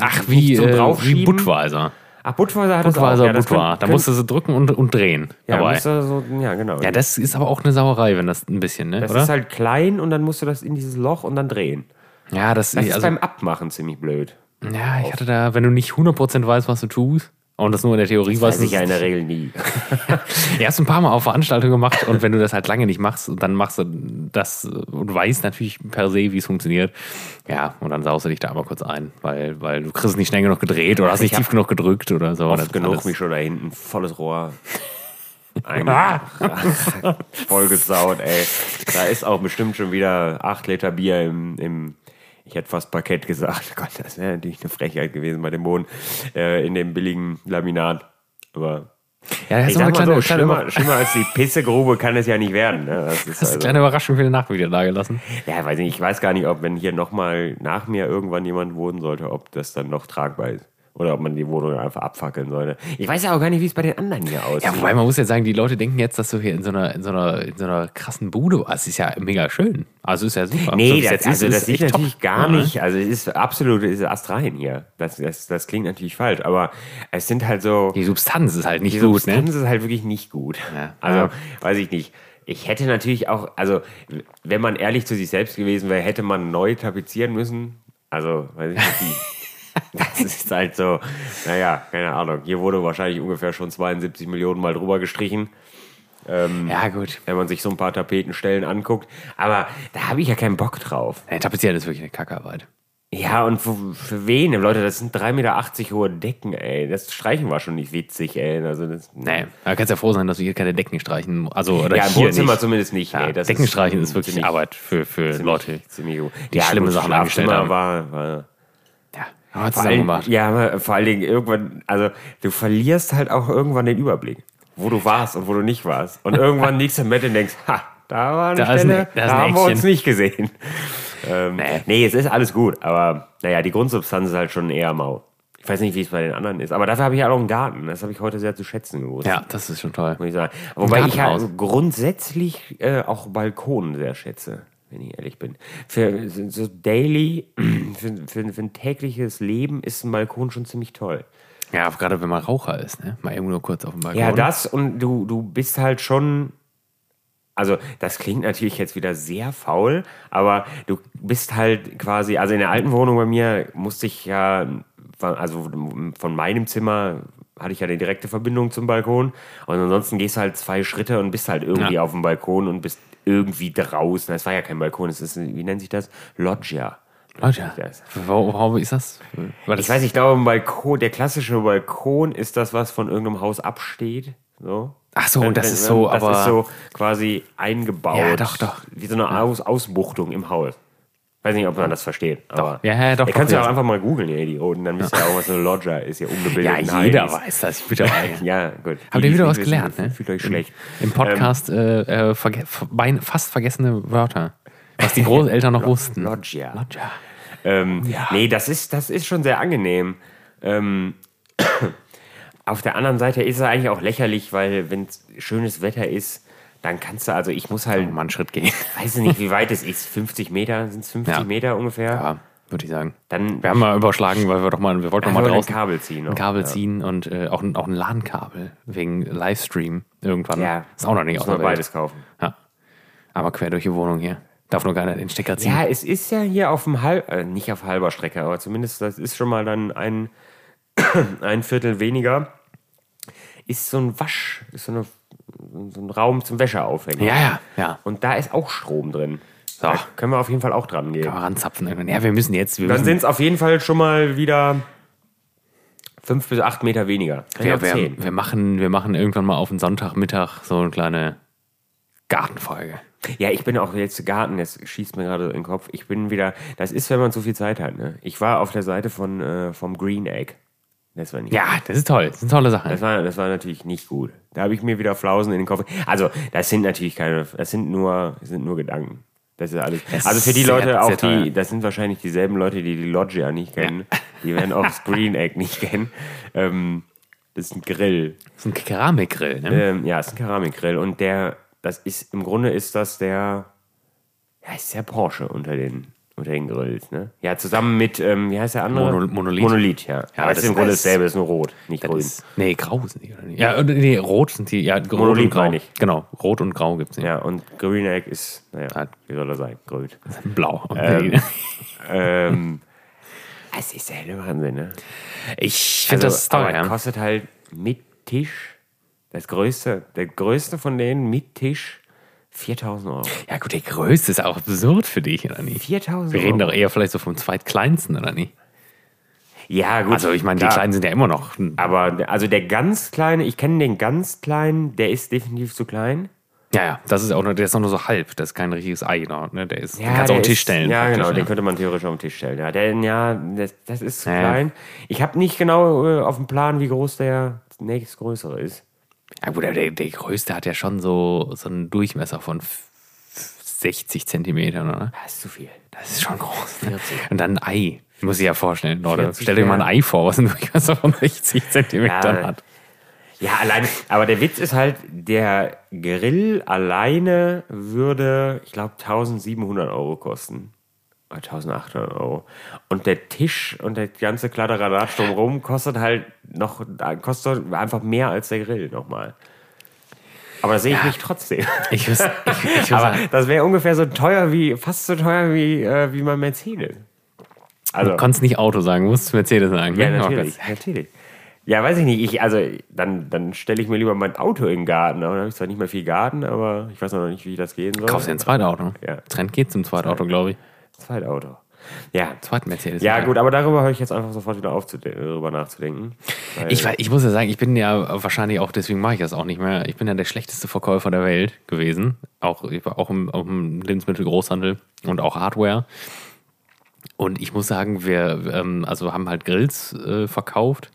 Speaker 1: Ach, wie,
Speaker 2: zum
Speaker 1: äh, wie
Speaker 2: Draufschieben.
Speaker 1: Butweiser.
Speaker 2: Ach, Budweiser hat
Speaker 1: Budweiser,
Speaker 2: das auch.
Speaker 1: Budweiser. Da musst du sie drücken und, und drehen.
Speaker 2: ja,
Speaker 1: dabei.
Speaker 2: musst du so, ja, genau.
Speaker 1: ja, das ist aber auch eine Sauerei, wenn das ein bisschen, ne?
Speaker 2: das
Speaker 1: oder?
Speaker 2: ist halt klein und dann musst du das in dieses Loch und dann drehen.
Speaker 1: ja, das,
Speaker 2: Das ist
Speaker 1: also,
Speaker 2: beim Abmachen ziemlich blöd.
Speaker 1: ja, ich hatte da, wenn du nicht 100% weißt, was du tust, Und das nur in der Theorie
Speaker 2: Weiß
Speaker 1: weiß.
Speaker 2: ich ja in der Regel nie.
Speaker 1: Er hast ein paar Mal auf Veranstaltungen gemacht und wenn du das halt lange nicht machst, dann machst du das und weißt natürlich per se, wie es funktioniert. Ja, und dann saust du dich da einmal kurz ein, weil, weil du kriegst es nicht schnell genug gedreht oder hast nicht
Speaker 2: Ich
Speaker 1: tief
Speaker 2: hab
Speaker 1: genug gedrückt oder so. Das
Speaker 2: Oft genug
Speaker 1: alles-
Speaker 2: mich schon da hinten,
Speaker 1: [laughs]
Speaker 2: volles Rohr. Ein,
Speaker 1: Ah!
Speaker 2: vollgesaut, ey. Da ist auch bestimmt schon wieder 8 Liter Bier im, im ich hätte fast Parkett gesagt. [laughs] Gott, das wäre natürlich eine Frechheit gewesen bei dem Boden. Äh, in dem billigen Laminat. Aber
Speaker 1: Ja, das
Speaker 2: ich
Speaker 1: ist immer eine
Speaker 2: sag mal
Speaker 1: kleine,
Speaker 2: so,
Speaker 1: kleine,
Speaker 2: schlimmer, schlimmer als die Pissegrube kann es ja nicht werden. Ne? Das ist
Speaker 1: das ist eine
Speaker 2: also,
Speaker 1: kleine Überraschung für den Nachmittag da gelassen.
Speaker 2: ja, weiß nicht, ich weiß gar nicht, ob wenn hier nochmal nach mir irgendwann jemand wohnen sollte, ob das dann noch tragbar ist. Oder ob man die Wohnung einfach abfackeln sollte. Ich weiß ja auch gar nicht, wie es bei den anderen hier aussieht.
Speaker 1: Ja, wobei man muss jetzt sagen, die Leute denken jetzt, dass du hier in so einer, in so einer, in so einer krassen Bude warst. Das ist ja mega schön. Also ist ja super. so,
Speaker 2: Nee,
Speaker 1: wie's
Speaker 2: das,
Speaker 1: jetzt
Speaker 2: also
Speaker 1: ist,
Speaker 2: das
Speaker 1: ist
Speaker 2: sieht
Speaker 1: echt top. Mhm.
Speaker 2: natürlich gar
Speaker 1: Ja.
Speaker 2: nicht. Also es ist absolut es ist astrein hier. Das, das, das klingt natürlich falsch, aber es sind halt so.
Speaker 1: Die Substanz ist halt nicht
Speaker 2: Die
Speaker 1: gut, ne?
Speaker 2: Substanz ist halt wirklich nicht gut.
Speaker 1: Ja.
Speaker 2: Also
Speaker 1: Ja.
Speaker 2: weiß ich nicht. Ich hätte natürlich auch, also wenn man ehrlich zu sich selbst gewesen wäre, hätte man neu tapezieren müssen. Also weiß ich
Speaker 1: [laughs]
Speaker 2: nicht. die- Das ist halt so, naja, keine Ahnung. Hier wurde wahrscheinlich ungefähr schon 72 Millionen Mal drüber gestrichen
Speaker 1: Ja, gut.
Speaker 2: wenn man sich so ein paar Tapetenstellen anguckt. Aber da habe ich ja keinen Bock drauf.
Speaker 1: Ja, Tapezieren ist wirklich eine Kackarbeit.
Speaker 2: Ja, und für, für wen? Leute, das sind 3,80 Meter hohe Decken, ey. Das Streichen war schon nicht witzig, ey. Also das,
Speaker 1: Nee, da kannst ja froh sein, dass du hier keine Decken streichen musst. Also, oder
Speaker 2: Ja, im
Speaker 1: hier
Speaker 2: Wohnzimmer
Speaker 1: nicht.
Speaker 2: zumindest nicht.
Speaker 1: Ja,
Speaker 2: nee, das
Speaker 1: Decken streichen ist,
Speaker 2: mm,
Speaker 1: wirklich
Speaker 2: ziemlich,
Speaker 1: Arbeit für, für
Speaker 2: ziemlich,
Speaker 1: Leute.
Speaker 2: ziemlich gut.
Speaker 1: die schlimme
Speaker 2: um. gut,
Speaker 1: Sachen angestellt
Speaker 2: Schlafzimmer
Speaker 1: haben.
Speaker 2: War, war,
Speaker 1: Ja, haben wir
Speaker 2: vor,
Speaker 1: zusammen
Speaker 2: allen,
Speaker 1: gemacht.
Speaker 2: ja, aber vor allen Dingen irgendwann, also du verlierst halt auch irgendwann den Überblick, wo du warst und wo du nicht warst. Und
Speaker 1: [laughs]
Speaker 2: irgendwann liegst du im Bett und denkst, ha, da war eine
Speaker 1: Da ist
Speaker 2: Stelle,
Speaker 1: ein- E- da
Speaker 2: da,
Speaker 1: ist ein
Speaker 2: haben wir uns
Speaker 1: Eckchen.
Speaker 2: nicht gesehen. Ähm, nee. es ist alles gut, aber naja, die Grundsubstanz ist halt schon eher mau. Ich weiß nicht, wie es bei den anderen ist, aber dafür habe ich ja auch einen Garten. Das habe ich heute sehr zu schätzen gewusst
Speaker 1: Ja, das ist schon toll.
Speaker 2: muss ich sagen. Wobei ich ja
Speaker 1: Gartenhaus.
Speaker 2: grundsätzlich äh, auch Balkon sehr schätze, wenn ich ehrlich bin. Für so so daily, [clears throat] für, für, für ein tägliches Leben ist ein Balkon schon ziemlich toll.
Speaker 1: Ja, gerade wenn man Raucher ist, ne? Mal eben nur kurz auf dem Balkon.
Speaker 2: Ja, das und du, du bist halt schon. Also, das klingt natürlich jetzt wieder sehr faul, aber du bist halt quasi, also in der alten Wohnung bei mir musste ich ja, also von meinem Zimmer hatte ich ja eine direkte Verbindung zum Balkon und ansonsten gehst du halt zwei Schritte und bist halt irgendwie
Speaker 1: Ja.
Speaker 2: auf dem Balkon und bist irgendwie draußen. Das war ja kein Balkon, das ist, wie nennt sich das? Loggia.
Speaker 1: Leute,
Speaker 2: Das-
Speaker 1: warum, warum ist das? Weil das
Speaker 2: Ich weiß, ich glaube, ein Balkon, der klassische Balkon ist das, was von irgendeinem Haus absteht. So.
Speaker 1: Ach so, und das
Speaker 2: Wenn-
Speaker 1: ist so,
Speaker 2: das
Speaker 1: aber-
Speaker 2: ist so quasi eingebaut.
Speaker 1: Ja, doch, doch.
Speaker 2: Wie so eine Aus Ausbuchtung im Haus. Weiß nicht, ob man das versteht. Aber
Speaker 1: Ja, ja, doch,
Speaker 2: Ihr
Speaker 1: doch,
Speaker 2: könnt ja
Speaker 1: ja.
Speaker 2: auch einfach mal googeln, ihr Idioten. Dann wisst ihr auch, was eine Lodger ist, ihr
Speaker 1: ja,
Speaker 2: ungebildeten
Speaker 1: jeder
Speaker 2: Heinis.
Speaker 1: weiß das. Ich bitte mal.
Speaker 2: [laughs] Ja, gut.
Speaker 1: Habt
Speaker 2: Die,
Speaker 1: ihr
Speaker 2: die
Speaker 1: wieder
Speaker 2: es
Speaker 1: was
Speaker 2: nicht wissen,
Speaker 1: gelernt, ne?
Speaker 2: Fühlt euch schlecht.
Speaker 1: Im Podcast
Speaker 2: Ähm.
Speaker 1: äh, äh, verge mein- fast vergessene Wörter, was die Großeltern noch wussten.
Speaker 2: Loggia.
Speaker 1: Loggia.
Speaker 2: Ähm, Nee, das ist, das ist schon sehr angenehm. Ähm, [coughs] auf der anderen Seite ist es eigentlich auch lächerlich, weil wenn schönes Wetter ist, dann kannst du, also ich muss halt,
Speaker 1: Mal einen oh Schritt gehen.
Speaker 2: weiß nicht, wie weit es ist, 50 Meter, sind es 50
Speaker 1: Ja.
Speaker 2: Meter ungefähr?
Speaker 1: Ja, würde ich sagen.
Speaker 2: Dann
Speaker 1: Wir haben mal überschlagen, weil wir doch mal, wir wollten doch mal
Speaker 2: Einfach ein
Speaker 1: draußen
Speaker 2: Kabel ziehen. ne?
Speaker 1: ein Kabel ziehen und äh, auch, ein- auch ein LAN-Kabel wegen Livestream irgendwann.
Speaker 2: Ja.
Speaker 1: Ist auch noch nicht
Speaker 2: Muss
Speaker 1: auf
Speaker 2: man
Speaker 1: der Welt.
Speaker 2: beides kaufen.
Speaker 1: Ja. Aber quer durch die Wohnung hier. Darf nur keiner den Stecker ziehen.
Speaker 2: Ja, es ist ja hier auf dem halb, äh, nicht auf halber Strecke, aber zumindest das ist schon mal dann ein, [coughs] ein Viertel weniger. Ist so ein Wasch, ist so, eine, so ein Raum zum Wäsche aufhängen.
Speaker 1: Ja, ja, ja.
Speaker 2: Und da ist auch Strom drin.
Speaker 1: So.
Speaker 2: Da können wir auf jeden Fall auch dran gehen.
Speaker 1: Mal ranzapfen. irgendwann. Ja, wir müssen jetzt. Wir
Speaker 2: Dann
Speaker 1: müssen,
Speaker 2: sind es auf jeden Fall schon mal wieder fünf bis acht Meter weniger. Kann
Speaker 1: wir,
Speaker 2: auch zehn.
Speaker 1: wir, wir, machen, wir machen irgendwann mal auf den Sonntagmittag so eine kleine Gartenfolge.
Speaker 2: Ja, ich bin auch jetzt Garten, das schießt mir gerade in den Kopf. Ich bin wieder, das ist, wenn man zu viel Zeit hat. Ne? Ich war auf der Seite von äh, vom Green Egg. Das war nicht.
Speaker 1: Ja, das ist toll. Das ist eine tolle Sache.
Speaker 2: Das war, das war natürlich nicht gut. Da habe ich mir wieder Flausen in den Kopf. Also, das sind natürlich keine, das sind nur, das sind nur Gedanken. Das ist alles. also für die
Speaker 1: ist sehr-
Speaker 2: Leute,
Speaker 1: sehr
Speaker 2: auch
Speaker 1: teuer.
Speaker 2: die, das sind wahrscheinlich dieselben Leute, die die Loggia nicht kennen. Die werden auch Screen Egg nicht kennen. Ähm, das ist ein Grill.
Speaker 1: Das ist ein Keramikgrill, ne?
Speaker 2: Ähm, ja, ist ein Keramikgrill und der, das ist, im Grunde ist das der, ja, ist der Porsche unter den, unter den Grills, ne? Ja, zusammen mit, ähm, wie heißt der andere?
Speaker 1: Mono- Monolith.
Speaker 2: Monolith,
Speaker 1: Ja,
Speaker 2: ja. ja
Speaker 1: das
Speaker 2: aber das ist im Grunde
Speaker 1: ist-
Speaker 2: dasselbe, ist nur rot, nicht grün.
Speaker 1: Ist, nee, grau sind die, oder nicht? Ja, und- nee, rot sind die. Ja, rot und
Speaker 2: Monolith
Speaker 1: grau.
Speaker 2: meine ich.
Speaker 1: Genau, rot und grau gibt es nicht.
Speaker 2: Ja, und Green Egg ist, naja,
Speaker 1: Ah. [laughs]
Speaker 2: Ähm, wie soll er sein? Grün.
Speaker 1: Blau.
Speaker 2: Ähm, [laughs] Es ist ja der Wahnsinn, ne?
Speaker 1: Ich finde das
Speaker 2: also, aber
Speaker 1: teuer.
Speaker 2: kostet halt mit Tisch, das größte, der größte von denen mit Tisch, 4000 Euro.
Speaker 1: Ja, gut, der größte ist auch absurd für dich, oder nicht?
Speaker 2: 4000
Speaker 1: Wir reden
Speaker 2: Euro.
Speaker 1: doch eher vielleicht so vom zweitkleinsten, oder nicht?
Speaker 2: Ja, gut.
Speaker 1: Also, ich meine, die
Speaker 2: klar.
Speaker 1: Kleinen sind ja immer noch.
Speaker 2: Aber also der ganz kleine, ich kenne den ganz kleinen, der ist definitiv zu klein.
Speaker 1: Ja, ja, das ist auch nur, der ist auch nur so halb. Das ist kein richtiges Ei, genau, ne? Der ist, den kannst du auf
Speaker 2: der
Speaker 1: den Tisch
Speaker 2: ist-
Speaker 1: stellen.
Speaker 2: Ja,
Speaker 1: praktisch,
Speaker 2: genau,
Speaker 1: ne?
Speaker 2: den könnte man theoretisch auf den Tisch stellen. Ja, der, ja das, das ist zu
Speaker 1: Ja.
Speaker 2: klein. Ich habe nicht genau äh, auf dem Plan, wie groß der nächstgrößere ist.
Speaker 1: Ja, gut, aber der, der größte hat ja schon so, so einen Durchmesser von f- 60 Zentimetern, oder?
Speaker 2: Das Ah, ist zu viel.
Speaker 1: Das ist schon groß. Ne? Und dann ein Ei. Muss ich ja vorstellen, Leute.
Speaker 2: 40,
Speaker 1: Stellt euch mal ein
Speaker 2: ja.
Speaker 1: Ei vor, was einen Durchmesser von 60 Zentimetern
Speaker 2: Ja.
Speaker 1: hat.
Speaker 2: Ja, allein, aber der Witz ist halt, der Grill alleine würde, ich glaube, 1700 Euro kosten. Oder 1800 Euro. Und der Tisch und der ganze Kladderadatsch drumherum kostet halt noch, kostet einfach mehr als der Grill nochmal. Aber das sehe ich mich trotzdem.
Speaker 1: Ich muss, ich, ich muss
Speaker 2: Aber
Speaker 1: sagen,
Speaker 2: das wäre ungefähr so teuer wie, fast so teuer wie, äh, wie mein Mercedes. Also,
Speaker 1: du konntest nicht Auto sagen, musst Mercedes sagen.
Speaker 2: ja,
Speaker 1: ne? Aber
Speaker 2: natürlich, natürlich. Ja, weiß ich nicht. Ich, also, dann, dann stelle ich mir lieber mein Auto in den Garten. Aber dann habe ich zwar nicht mehr viel Garten, aber ich weiß noch nicht, wie das gehen soll.
Speaker 1: Kaufst dir ein Zweitauto.
Speaker 2: Ja.
Speaker 1: Trend geht zum Zweitauto, glaube ich.
Speaker 2: Zweitauto. Ja.
Speaker 1: Zweit Mercedes.
Speaker 2: Ja, gut, aber darüber höre ich jetzt einfach sofort wieder auf, zu de- darüber nachzudenken. Weil-
Speaker 1: Ich, wei- ich muss ja sagen, ich bin ja wahrscheinlich auch, deswegen mache ich das auch nicht mehr. Ich bin ja der schlechteste Verkäufer der Welt gewesen. Auch, ich war auch im, auch im Lebensmittelgroßhandel und auch Hardware. Und ich muss sagen, wir ähm, also haben halt Grills äh, verkauft,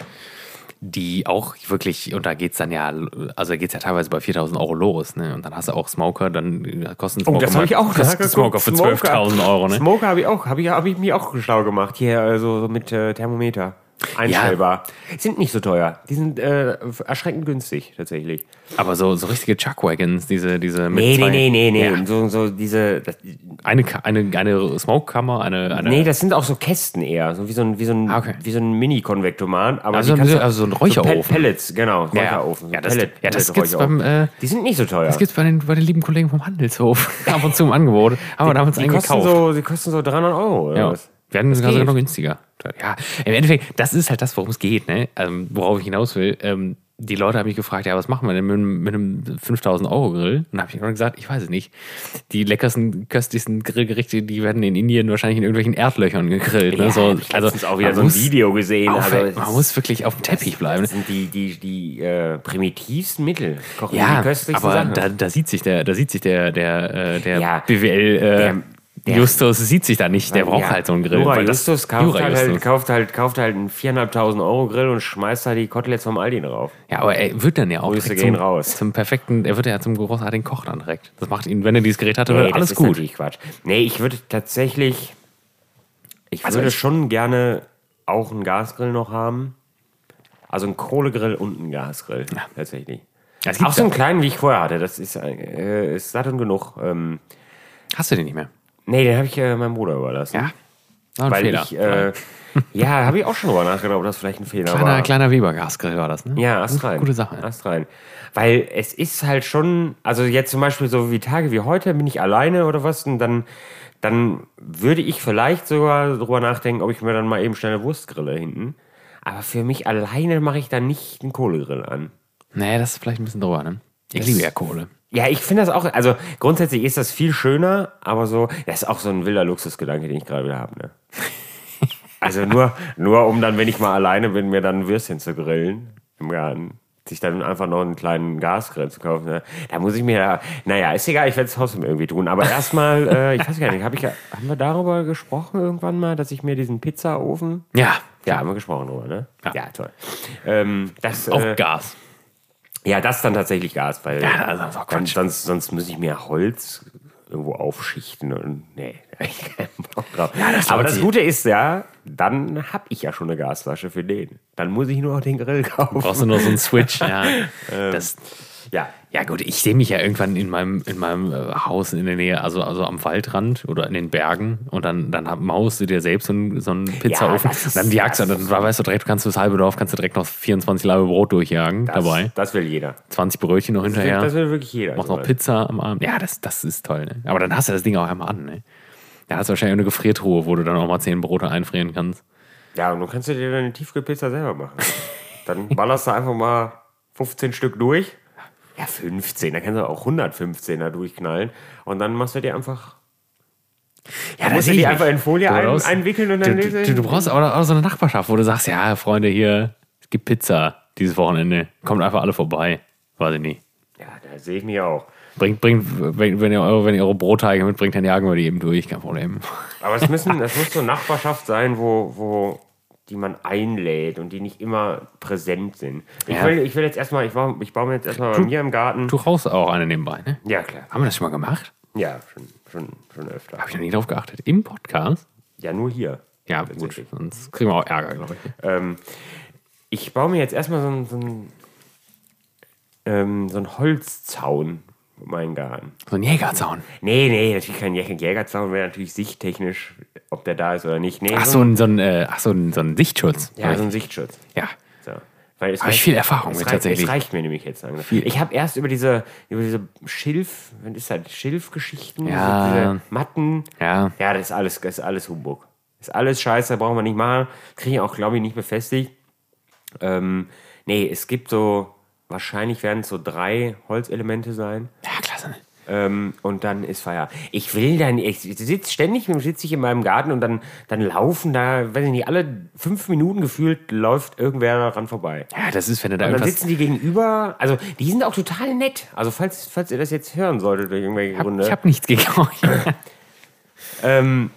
Speaker 1: die auch wirklich, und da geht es dann ja, also da geht es ja teilweise bei 4000 Euro los. Ne? Und dann hast du auch Smoker, dann äh, kosten Smoker,
Speaker 2: Oh, das
Speaker 1: mal-
Speaker 2: habe ich auch
Speaker 1: kosten Smoker für 12.000 Euro. Ne?
Speaker 2: Smoker habe ich auch, habe ich, hab ich mir auch schlau gemacht. Hier äh, so, so mit äh, Thermometer. Einstellbar. Sind nicht so teuer. Die sind äh, erschreckend günstig, tatsächlich.
Speaker 1: Aber so, so richtige Chuckwagons, diese, diese mit
Speaker 2: Nee,
Speaker 1: zwei-
Speaker 2: nee, nee, nee, nee.
Speaker 1: Ja,
Speaker 2: So, so diese, das,
Speaker 1: eine, Ka- eine, eine Smokekammer, eine, eine
Speaker 2: Nee, das sind auch so Kästen eher, so wie so ein, wie so ein,
Speaker 1: Ah, okay.
Speaker 2: wie so ein Mini-Konvektomat. Aber
Speaker 1: Also
Speaker 2: die
Speaker 1: ein
Speaker 2: kannst
Speaker 1: bisschen-
Speaker 2: du-
Speaker 1: also so ein
Speaker 2: So
Speaker 1: Räucherofen.
Speaker 2: Pe- Pellets, genau, Räucherofen. so
Speaker 1: Ja, das,
Speaker 2: Pellet-
Speaker 1: ja, das gibt's
Speaker 2: Pellet-Räucherofen.
Speaker 1: beim, äh,
Speaker 2: Die sind nicht so teuer.
Speaker 1: das gibt's bei den, bei den lieben Kollegen vom
Speaker 2: [laughs]
Speaker 1: Handelshof ab und zu im Angebot. Haben wir damals
Speaker 2: die,
Speaker 1: einen
Speaker 2: kosten
Speaker 1: gekauft.
Speaker 2: so, die kosten so 300 Euro oder
Speaker 1: ja.
Speaker 2: was?
Speaker 1: Wir hatten sogar
Speaker 2: geht.
Speaker 1: sogar noch günstiger. Ja, im Endeffekt, das ist halt das, worum es geht, ne? Ähm, worauf ich hinaus will. Ähm, die Leute haben mich gefragt, ja, was machen wir denn mit, einem- mit einem 5000-Euro-Grill? Und habe ich immer gesagt, ich weiß es nicht. Die leckersten, köstlichsten Grillgerichte, die werden in Indien wahrscheinlich in irgendwelchen Erdlöchern gegrillt. Ne?
Speaker 2: Ja,
Speaker 1: so,
Speaker 2: hab ich letztens auch wieder
Speaker 1: man
Speaker 2: so ein
Speaker 1: muss
Speaker 2: Video gesehen.
Speaker 1: Auf,
Speaker 2: also,
Speaker 1: man muss wirklich auf dem Teppich bleiben.
Speaker 2: das sind die, die, die äh, primitivsten Mittel. Kochen
Speaker 1: Ja,
Speaker 2: die köstlichsten
Speaker 1: aber
Speaker 2: Sachen.
Speaker 1: da, da sieht sich der, da sieht sich der, der, äh, der
Speaker 2: Ja,
Speaker 1: BWL äh,
Speaker 2: der- der-
Speaker 1: Justus sieht sich da nicht. Der braucht
Speaker 2: Ja.
Speaker 1: halt so einen Grill.
Speaker 2: Jura
Speaker 1: weil das-
Speaker 2: Justus, kauft,
Speaker 1: Jura
Speaker 2: halt,
Speaker 1: Justus.
Speaker 2: Halt, kauft, halt, kauft halt einen 4.500 Euro Grill und schmeißt da die Koteletts vom Aldi drauf.
Speaker 1: Ja, aber er wird dann ja auch
Speaker 2: halt Grüße
Speaker 1: direkt
Speaker 2: gehen
Speaker 1: zum,
Speaker 2: raus.
Speaker 1: zum perfekten, er wird ja zum großartigen Koch dann direkt. Das macht ihn, wenn er dieses Gerät hatte, wird
Speaker 2: das
Speaker 1: alles
Speaker 2: ist
Speaker 1: gut.
Speaker 2: natürlich Quatsch. Nee, ich würde tatsächlich. Ich
Speaker 1: Also
Speaker 2: würde
Speaker 1: ich-
Speaker 2: schon gerne auch einen Gasgrill noch haben. Also einen Kohlegrill und einen Gasgrill. Tatsächlich.
Speaker 1: Das
Speaker 2: Auch
Speaker 1: gibt's
Speaker 2: so einen
Speaker 1: ja.
Speaker 2: kleinen, wie ich vorher hatte. Das ist, äh, ist satt und genug. Ähm,
Speaker 1: Hast du den nicht mehr?
Speaker 2: nee, den habe ich äh, meinem Bruder überlassen.
Speaker 1: War ein
Speaker 2: weil
Speaker 1: Fehler.
Speaker 2: ich. Äh, [laughs] ja, habe ich auch schon drüber nachgedacht, ob das vielleicht ein Fehler war.
Speaker 1: kleiner, kleiner Weber-Gasgrill war das, ne?
Speaker 2: Ja, astrein.
Speaker 1: Gute Sache.
Speaker 2: Astrein. Weil es ist halt schon, also jetzt zum Beispiel so wie Tage wie heute, bin ich alleine oder was, und dann, dann würde ich vielleicht sogar drüber nachdenken, ob ich mir dann mal eben schnell eine Wurstgrille hinten. Aber für mich alleine mache ich dann nicht einen Kohlegrill an.
Speaker 1: Nee, das ist vielleicht ein bisschen drüber, ne? Ich liebe ja Kohle.
Speaker 2: Ja, ich finde das auch, also grundsätzlich ist das viel schöner, aber so, das ist auch so ein wilder Luxusgedanke, den ich gerade
Speaker 1: [laughs]
Speaker 2: wieder habe, ne? Also nur, nur um dann, wenn ich mal alleine bin, mir dann ein Würstchen zu grillen im Garten. Sich dann einfach noch einen kleinen Gasgrill zu kaufen. Ne? Da muss ich mir ja, naja, ist egal, ich werde es trotzdem irgendwie tun. Aber erstmal, äh, ich weiß gar nicht, hab ich, ja- haben wir darüber gesprochen irgendwann mal, dass ich mir diesen Pizzaofen.
Speaker 1: Ja,
Speaker 2: Ja, haben wir gesprochen drüber, ne?
Speaker 1: Ja.
Speaker 2: toll. Ähm, das,
Speaker 1: auch
Speaker 2: äh,
Speaker 1: Gas.
Speaker 2: ja, das dann tatsächlich Gas, weil
Speaker 1: Ja, also, oh das ist auch
Speaker 2: dann,
Speaker 1: Quatsch.
Speaker 2: sonst, sonst muss ich mir Holz irgendwo aufschichten und nee, [laughs] da hab ich keinen Bock drauf. Aber das
Speaker 1: sich-
Speaker 2: Gute ist ja, dann hab ich ja schon eine Gasflasche für den. Dann muss ich nur noch den Grill kaufen.
Speaker 1: Brauchst du noch so einen Switch,
Speaker 2: [laughs]
Speaker 1: ja.
Speaker 2: Ähm.
Speaker 1: Das,
Speaker 2: Ja,
Speaker 1: Ja gut, ich sehe mich ja irgendwann in meinem, in meinem äh, Haus in der Nähe, also, also am Waldrand oder in den Bergen und dann, dann hab- mauerst du dir selbst so einen, so einen Pizzaofen.
Speaker 2: das ist-
Speaker 1: dann jagst du, dann weißt du direkt, kannst du das halbe Dorf, kannst du direkt noch 24 Laibe Brot durchjagen
Speaker 2: das,
Speaker 1: dabei.
Speaker 2: Das will jeder.
Speaker 1: 20 Brötchen noch
Speaker 2: Das,
Speaker 1: hinterher.
Speaker 2: will, das will wirklich jeder. Also,
Speaker 1: machst noch
Speaker 2: sowas.
Speaker 1: Pizza am Abend. Ja, das, das ist toll. Ne? Aber dann hast du das Ding auch einmal an. Ne? Da hast du wahrscheinlich eine Gefriertruhe, wo du dann auch mal 10 Brote einfrieren kannst.
Speaker 2: Ja, und dann kannst du dir deine Tiefkühlpizza
Speaker 1: [laughs]
Speaker 2: selber machen. Dann ballerst du einfach mal 15 Stück durch. Ja, 15, da kannst du auch 115 da durchknallen. Und dann machst du dir einfach.
Speaker 1: Ja,
Speaker 2: Musst du die einfach in Folie ein, einwickeln und
Speaker 1: du,
Speaker 2: dann.
Speaker 1: du, du brauchst auch, auch so eine Nachbarschaft, wo du sagst, ja, Freunde, hier, es gibt Pizza dieses Wochenende. Kommt einfach alle vorbei. Weiß ich nicht.
Speaker 2: ja, da sehe ich mich auch.
Speaker 1: Bringt, bringt, wenn, wenn ihr eure, wenn ihr eure Brotteige mitbringt, dann jagen wir die eben durch, kein Problem. [laughs]
Speaker 2: Aber es, müssen, es muss so eine Nachbarschaft sein, wo, wo die man einlädt und die nicht immer präsent sind. Ich,
Speaker 1: Ja.
Speaker 2: will, ich will jetzt erstmal, ich, baue- ich baue mir jetzt erstmal bei mir im Garten.
Speaker 1: Du rauchst auch eine nebenbei, ne?
Speaker 2: Ja, klar.
Speaker 1: Haben wir das schon mal gemacht?
Speaker 2: Ja, schon, schon, schon öfter.
Speaker 1: Hab ich noch nie drauf geachtet. Im Podcast?
Speaker 2: Ja, nur hier.
Speaker 1: Ja, gut. Sonst kriegen wir auch Ärger, glaube ich.
Speaker 2: Ähm, ich baue mir jetzt erstmal so einen so einen, ähm, so einen Holzzaun um meinen Garten.
Speaker 1: So ein Jägerzaun.
Speaker 2: Nee, nee, natürlich kein Jä- Jägerzaun, wäre natürlich sichttechnisch, ob der da ist oder nicht. Nee,
Speaker 1: Ach,
Speaker 2: so
Speaker 1: so ein, so ein, äh, ach, so ein, so ein Sichtschutz.
Speaker 2: ein- ja, so ein Sichtschutz.
Speaker 1: ja.
Speaker 2: So. Weil es
Speaker 1: Hab ich
Speaker 2: reicht-
Speaker 1: viel Erfahrung
Speaker 2: es
Speaker 1: mit
Speaker 2: reicht,
Speaker 1: tatsächlich.
Speaker 2: Es reicht mir nämlich jetzt langsam. Ich habe erst über diese, über diese Schilf, was ist das, Schilfgeschichten,
Speaker 1: Ja.
Speaker 2: diese, diese Matten.
Speaker 1: Ja.
Speaker 2: Ja, das ist alles, das ist alles Humbug. Das ist alles Scheiße, brauchen wir nicht machen. Kriege ich auch, glaube ich, nicht befestigt. Ähm, nee, es gibt so, wahrscheinlich werden es so drei Holzelemente sein.
Speaker 1: Ja, klasse.
Speaker 2: Ähm, und dann ist Feier. Ich will dann, ich sitze ständig, sitze ich in meinem Garten und dann, dann laufen da, weiß ich nicht, alle fünf Minuten gefühlt läuft irgendwer daran vorbei.
Speaker 1: Ja, das ist, wenn du da
Speaker 2: Und dann
Speaker 1: irgendwas.
Speaker 2: sitzen die gegenüber, also die sind auch total nett. Also falls, falls ihr das jetzt hören solltet durch irgendwelche Gründe.
Speaker 1: Ich habe nichts gegen euch.
Speaker 2: Ähm,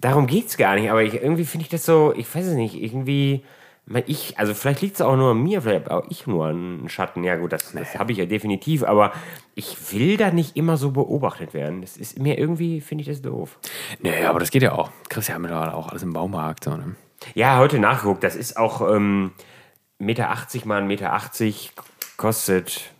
Speaker 2: darum geht's gar nicht, aber ich, irgendwie finde ich das so, ich weiß es nicht, irgendwie, mein, ich, also vielleicht liegt es auch nur an mir, vielleicht hab auch ich nur einen Schatten. Ja, gut, das, das habe ich ja definitiv, aber ich will da nicht immer so beobachtet werden. Das ist mir irgendwie, finde ich das doof.
Speaker 1: Nee, aber das geht ja auch. Kriegst ja mittlerweile auch alles im Baumarkt. So, ne?
Speaker 2: Ja, heute nachgeguckt, das ist auch ähm, Meter 80 mal 1,80 Meter 80 kostet.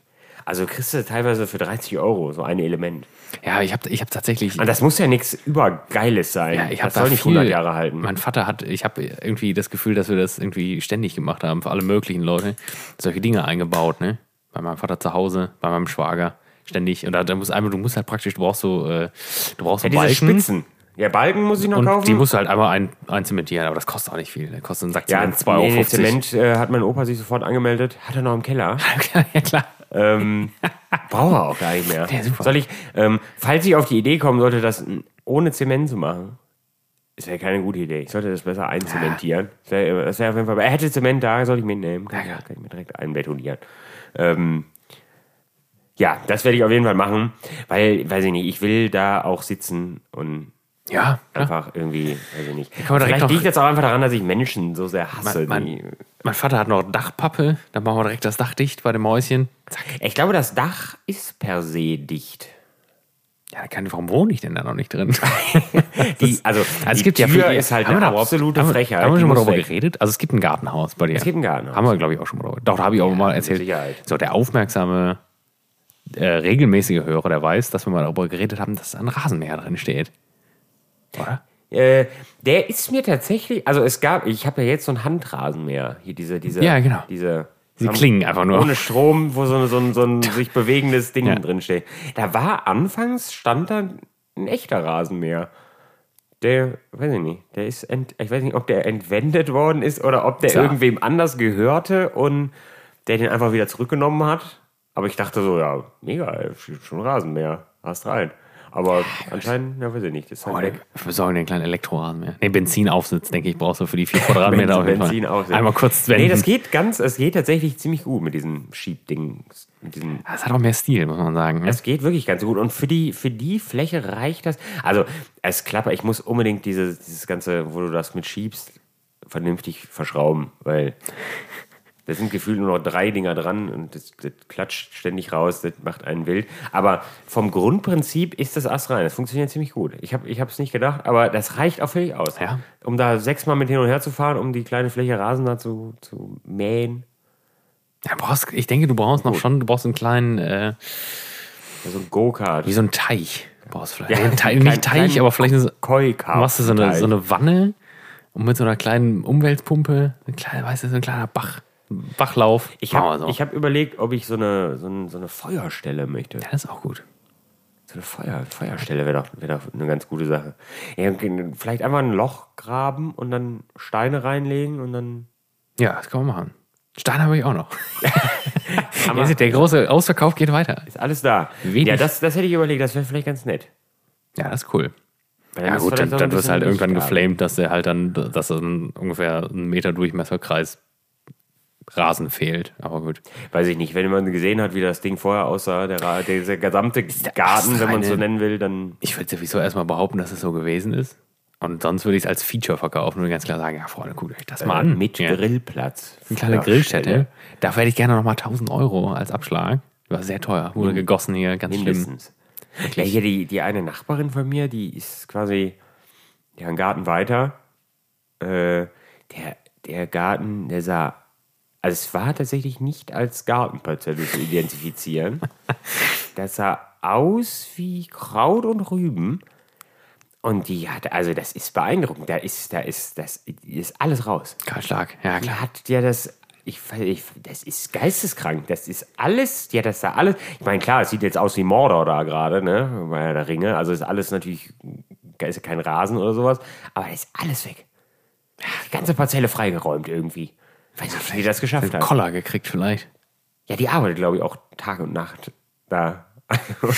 Speaker 2: Also kriegst du teilweise für 30 Euro so ein Element.
Speaker 1: Ja, ich habe ich hab tatsächlich.
Speaker 2: Und das muss ja nichts Übergeiles sein.
Speaker 1: ja, ich hab
Speaker 2: das soll
Speaker 1: da
Speaker 2: nicht
Speaker 1: viel-
Speaker 2: 100 Jahre halten.
Speaker 1: Mein Vater hat, ich habe irgendwie das Gefühl, dass wir das irgendwie ständig gemacht haben für alle möglichen Leute. Solche Dinge eingebaut, ne? Bei meinem Vater zu Hause, bei meinem Schwager, ständig. Und da, da musst einmal, du musst halt praktisch, du brauchst so, äh, du brauchst so
Speaker 2: Ja, diese
Speaker 1: Balken.
Speaker 2: Spitzen. Ja, Balken muss ich noch
Speaker 1: Und
Speaker 2: kaufen.
Speaker 1: die musst du halt einmal ein, einzementieren, aber das kostet auch nicht viel. Der kostet einen Sack
Speaker 2: Ja,
Speaker 1: Zement [laughs] 2,50 Euro.
Speaker 2: nee, Zement äh, hat mein Opa sich sofort angemeldet. Hat er noch im Keller.
Speaker 1: ja, klar.
Speaker 2: ähm, braucht er auch gar nicht mehr.
Speaker 1: Ja, super.
Speaker 2: Soll ich, ähm, falls ich auf die Idee kommen sollte, das n- ohne Zement zu machen, ist ja keine gute Idee. Ich sollte das besser einzementieren. Das wäre das wär auf jeden Fall. Er hätte Zement da, soll ich mitnehmen. Kann,
Speaker 1: Ja, klar.
Speaker 2: kann ich mir direkt einbetonieren. Ähm, ja, das werde ich auf jeden Fall machen, weil, weiß ich nicht, ich will da auch sitzen und
Speaker 1: Ja, klar.
Speaker 2: einfach irgendwie, weiß ich nicht.
Speaker 1: man direkt
Speaker 2: Vielleicht
Speaker 1: noch-
Speaker 2: liegt das auch einfach daran, dass ich Menschen so sehr hasse.
Speaker 1: Man- man-
Speaker 2: die,
Speaker 1: Mein Vater hat noch Dachpappe, dann machen wir direkt das Dach dicht bei dem Mäuschen. Zack.
Speaker 2: ich glaube, das Dach ist per se dicht.
Speaker 1: Ja, kann, warum wohne ich denn da noch nicht
Speaker 2: [laughs]
Speaker 1: drin?
Speaker 2: Die, also,
Speaker 1: Also
Speaker 2: die
Speaker 1: es gibt ja
Speaker 2: Tür
Speaker 1: viele-
Speaker 2: ist halt
Speaker 1: haben wir
Speaker 2: eine
Speaker 1: da überhaupt-
Speaker 2: absolute
Speaker 1: haben, wir-
Speaker 2: Frechheit.
Speaker 1: Haben wir
Speaker 2: die
Speaker 1: schon mal
Speaker 2: muss
Speaker 1: darüber
Speaker 2: weg.
Speaker 1: geredet? Also es gibt ein Gartenhaus bei dir. Es
Speaker 2: gibt ein Gartenhaus.
Speaker 1: Haben wir, glaube ich, auch schon mal darüber. Doch, da habe ich auch mal erzählt.
Speaker 2: Sicherheit.
Speaker 1: So, der aufmerksame, äh, regelmäßige Hörer, der weiß, dass wir mal darüber geredet haben, dass ein Rasenmäher drin steht. Oder?
Speaker 2: Äh, der ist mir tatsächlich, also es gab, ich habe ja jetzt so einen Handrasenmäher. Hier diese, diese,
Speaker 1: Ja, genau.
Speaker 2: diese
Speaker 1: Sie klingen einfach nur.
Speaker 2: ohne Strom, wo so, ein- so, ein- so
Speaker 1: [laughs]
Speaker 2: ein sich bewegendes Ding
Speaker 1: Ja.
Speaker 2: drin steht. Da war anfangs, stand da ein echter Rasenmäher. Der, weiß ich nicht, der ist, ent, ich weiß nicht, ob der entwendet worden ist oder ob der
Speaker 1: Tja.
Speaker 2: irgendwem anders gehörte und der den einfach wieder zurückgenommen hat. Aber ich dachte so, ja, mega, ey, schon Rasenmäher, hast rein. Aber anscheinend, ja, weiß ich nicht, ist halt
Speaker 1: Oh,
Speaker 2: weg.
Speaker 1: den, wir besorgen den kleinen Elektrorasenmäher. Nee, Benzinaufsitz, denke ich, brauchst du für die
Speaker 2: [laughs]
Speaker 1: 4 Quadratmeter auf jeden
Speaker 2: Benzin
Speaker 1: Fall.
Speaker 2: auch.
Speaker 1: Einmal kurz wenden.
Speaker 2: Nee, das geht ganz, es geht tatsächlich ziemlich gut mit diesem Schiebding. Mit diesem,
Speaker 1: Das hat auch mehr Stil, muss man sagen. ne?
Speaker 2: es geht wirklich ganz gut. Und für die, für die Fläche reicht das. Also, es klappt, ich muss unbedingt dieses, dieses Ganze, wo du das mit schiebst, vernünftig verschrauben, weil da sind gefühlt nur noch drei Dinger dran und das, das klatscht ständig raus, das macht einen wild. Aber vom Grundprinzip ist das Ass rein. Das funktioniert ziemlich gut. Ich habe es nicht gedacht, aber das reicht auch völlig aus.
Speaker 1: Ja.
Speaker 2: Um da sechsmal mit hin und her zu fahren, um die kleine Fläche Rasen da zu, zu mähen.
Speaker 1: Ja, brauchst, ich denke, du brauchst noch schon, du brauchst einen kleinen, äh,
Speaker 2: So ein Go-Kart.
Speaker 1: wie so einen Teich. Brauchst vielleicht.
Speaker 2: Ja,
Speaker 1: Ja, Teich,
Speaker 2: kleinen-
Speaker 1: nicht Teich,
Speaker 2: kleinen
Speaker 1: aber vielleicht so,
Speaker 2: Koi-Kart.
Speaker 1: machst du so eine, so eine Wanne und mit so einer kleinen Umweltpumpe, eine kleine, weißt du, so ein kleiner Bach, Bachlauf.
Speaker 2: Ich
Speaker 1: Machen wir
Speaker 2: habe
Speaker 1: so.
Speaker 2: ich hab überlegt, ob ich so eine, so, ein, so eine Feuerstelle möchte.
Speaker 1: ja, das ist auch gut.
Speaker 2: So eine Feuer, Feuerstelle wäre doch, wär doch eine ganz gute Sache. Ja, vielleicht einfach ein Loch graben und dann Steine reinlegen und dann.
Speaker 1: [laughs] Ja, das kann man machen. Stein habe ich auch noch. Ihr seht, der große Ausverkauf geht weiter.
Speaker 2: Ist alles da.
Speaker 1: Wenig.
Speaker 2: Ja, das, das hätte ich überlegt, das wäre vielleicht ganz nett.
Speaker 1: Ja, das ist cool.
Speaker 2: Weil
Speaker 1: Ja,
Speaker 2: ist
Speaker 1: gut, dann,
Speaker 2: vielleicht auch ein
Speaker 1: dann wirst du halt
Speaker 2: bisschen
Speaker 1: irgendwann
Speaker 2: Licht da.
Speaker 1: geflamed, dass er halt dann, dass er dann ungefähr einen Meter Durchmesserkreis Rasen fehlt. Aber gut.
Speaker 2: Weiß ich nicht, wenn man gesehen hat, wie das Ding vorher aussah, der, Ra- dieser gesamte Garten,
Speaker 1: das
Speaker 2: wenn man es so
Speaker 1: eine-
Speaker 2: nennen will, dann.
Speaker 1: Ich würde sowieso erstmal behaupten, dass es so gewesen ist. Und sonst würde ich es als Feature verkaufen und ganz klar sagen: Ja, Freunde, guckt euch das mal an.
Speaker 2: Mit
Speaker 1: ja.
Speaker 2: Grillplatz.
Speaker 1: Eine kleine
Speaker 2: Ja,
Speaker 1: Grillstätte.
Speaker 2: Stelle.
Speaker 1: Dafür hätte ich gerne nochmal 1000 Euro als Abschlag. War sehr teuer. Wurde gegossen hier, ganz schlimm.
Speaker 2: Mhm. Mindestens. Ja, hier die, die eine Nachbarin von mir, die ist quasi ja, einen Garten weiter. Äh, der, der Garten, der sah. Also es war tatsächlich nicht als Gartenparzelle zu identifizieren. Das sah aus wie Kraut und Rüben. Und die hat, also das ist beeindruckend. Da ist, da ist, das ist alles raus.
Speaker 1: Karl Schlag, ja
Speaker 2: Die
Speaker 1: klar.
Speaker 2: hat ja das. Ich, weiß- ich, das ist geisteskrank. Das ist alles. Ja, das da alles. Ich meine, klar, es sieht jetzt aus wie Mordor da gerade, ne? Bei der Ringe. Also ist alles natürlich. Da ist ja kein Rasen oder sowas. Aber da ist alles weg. Die ganze Parzelle freigeräumt irgendwie. Weiß nicht, wie die das geschafft
Speaker 1: Einen
Speaker 2: hat.
Speaker 1: Koller gekriegt vielleicht.
Speaker 2: Ja, die arbeitet, glaube ich, auch Tag und Nacht da.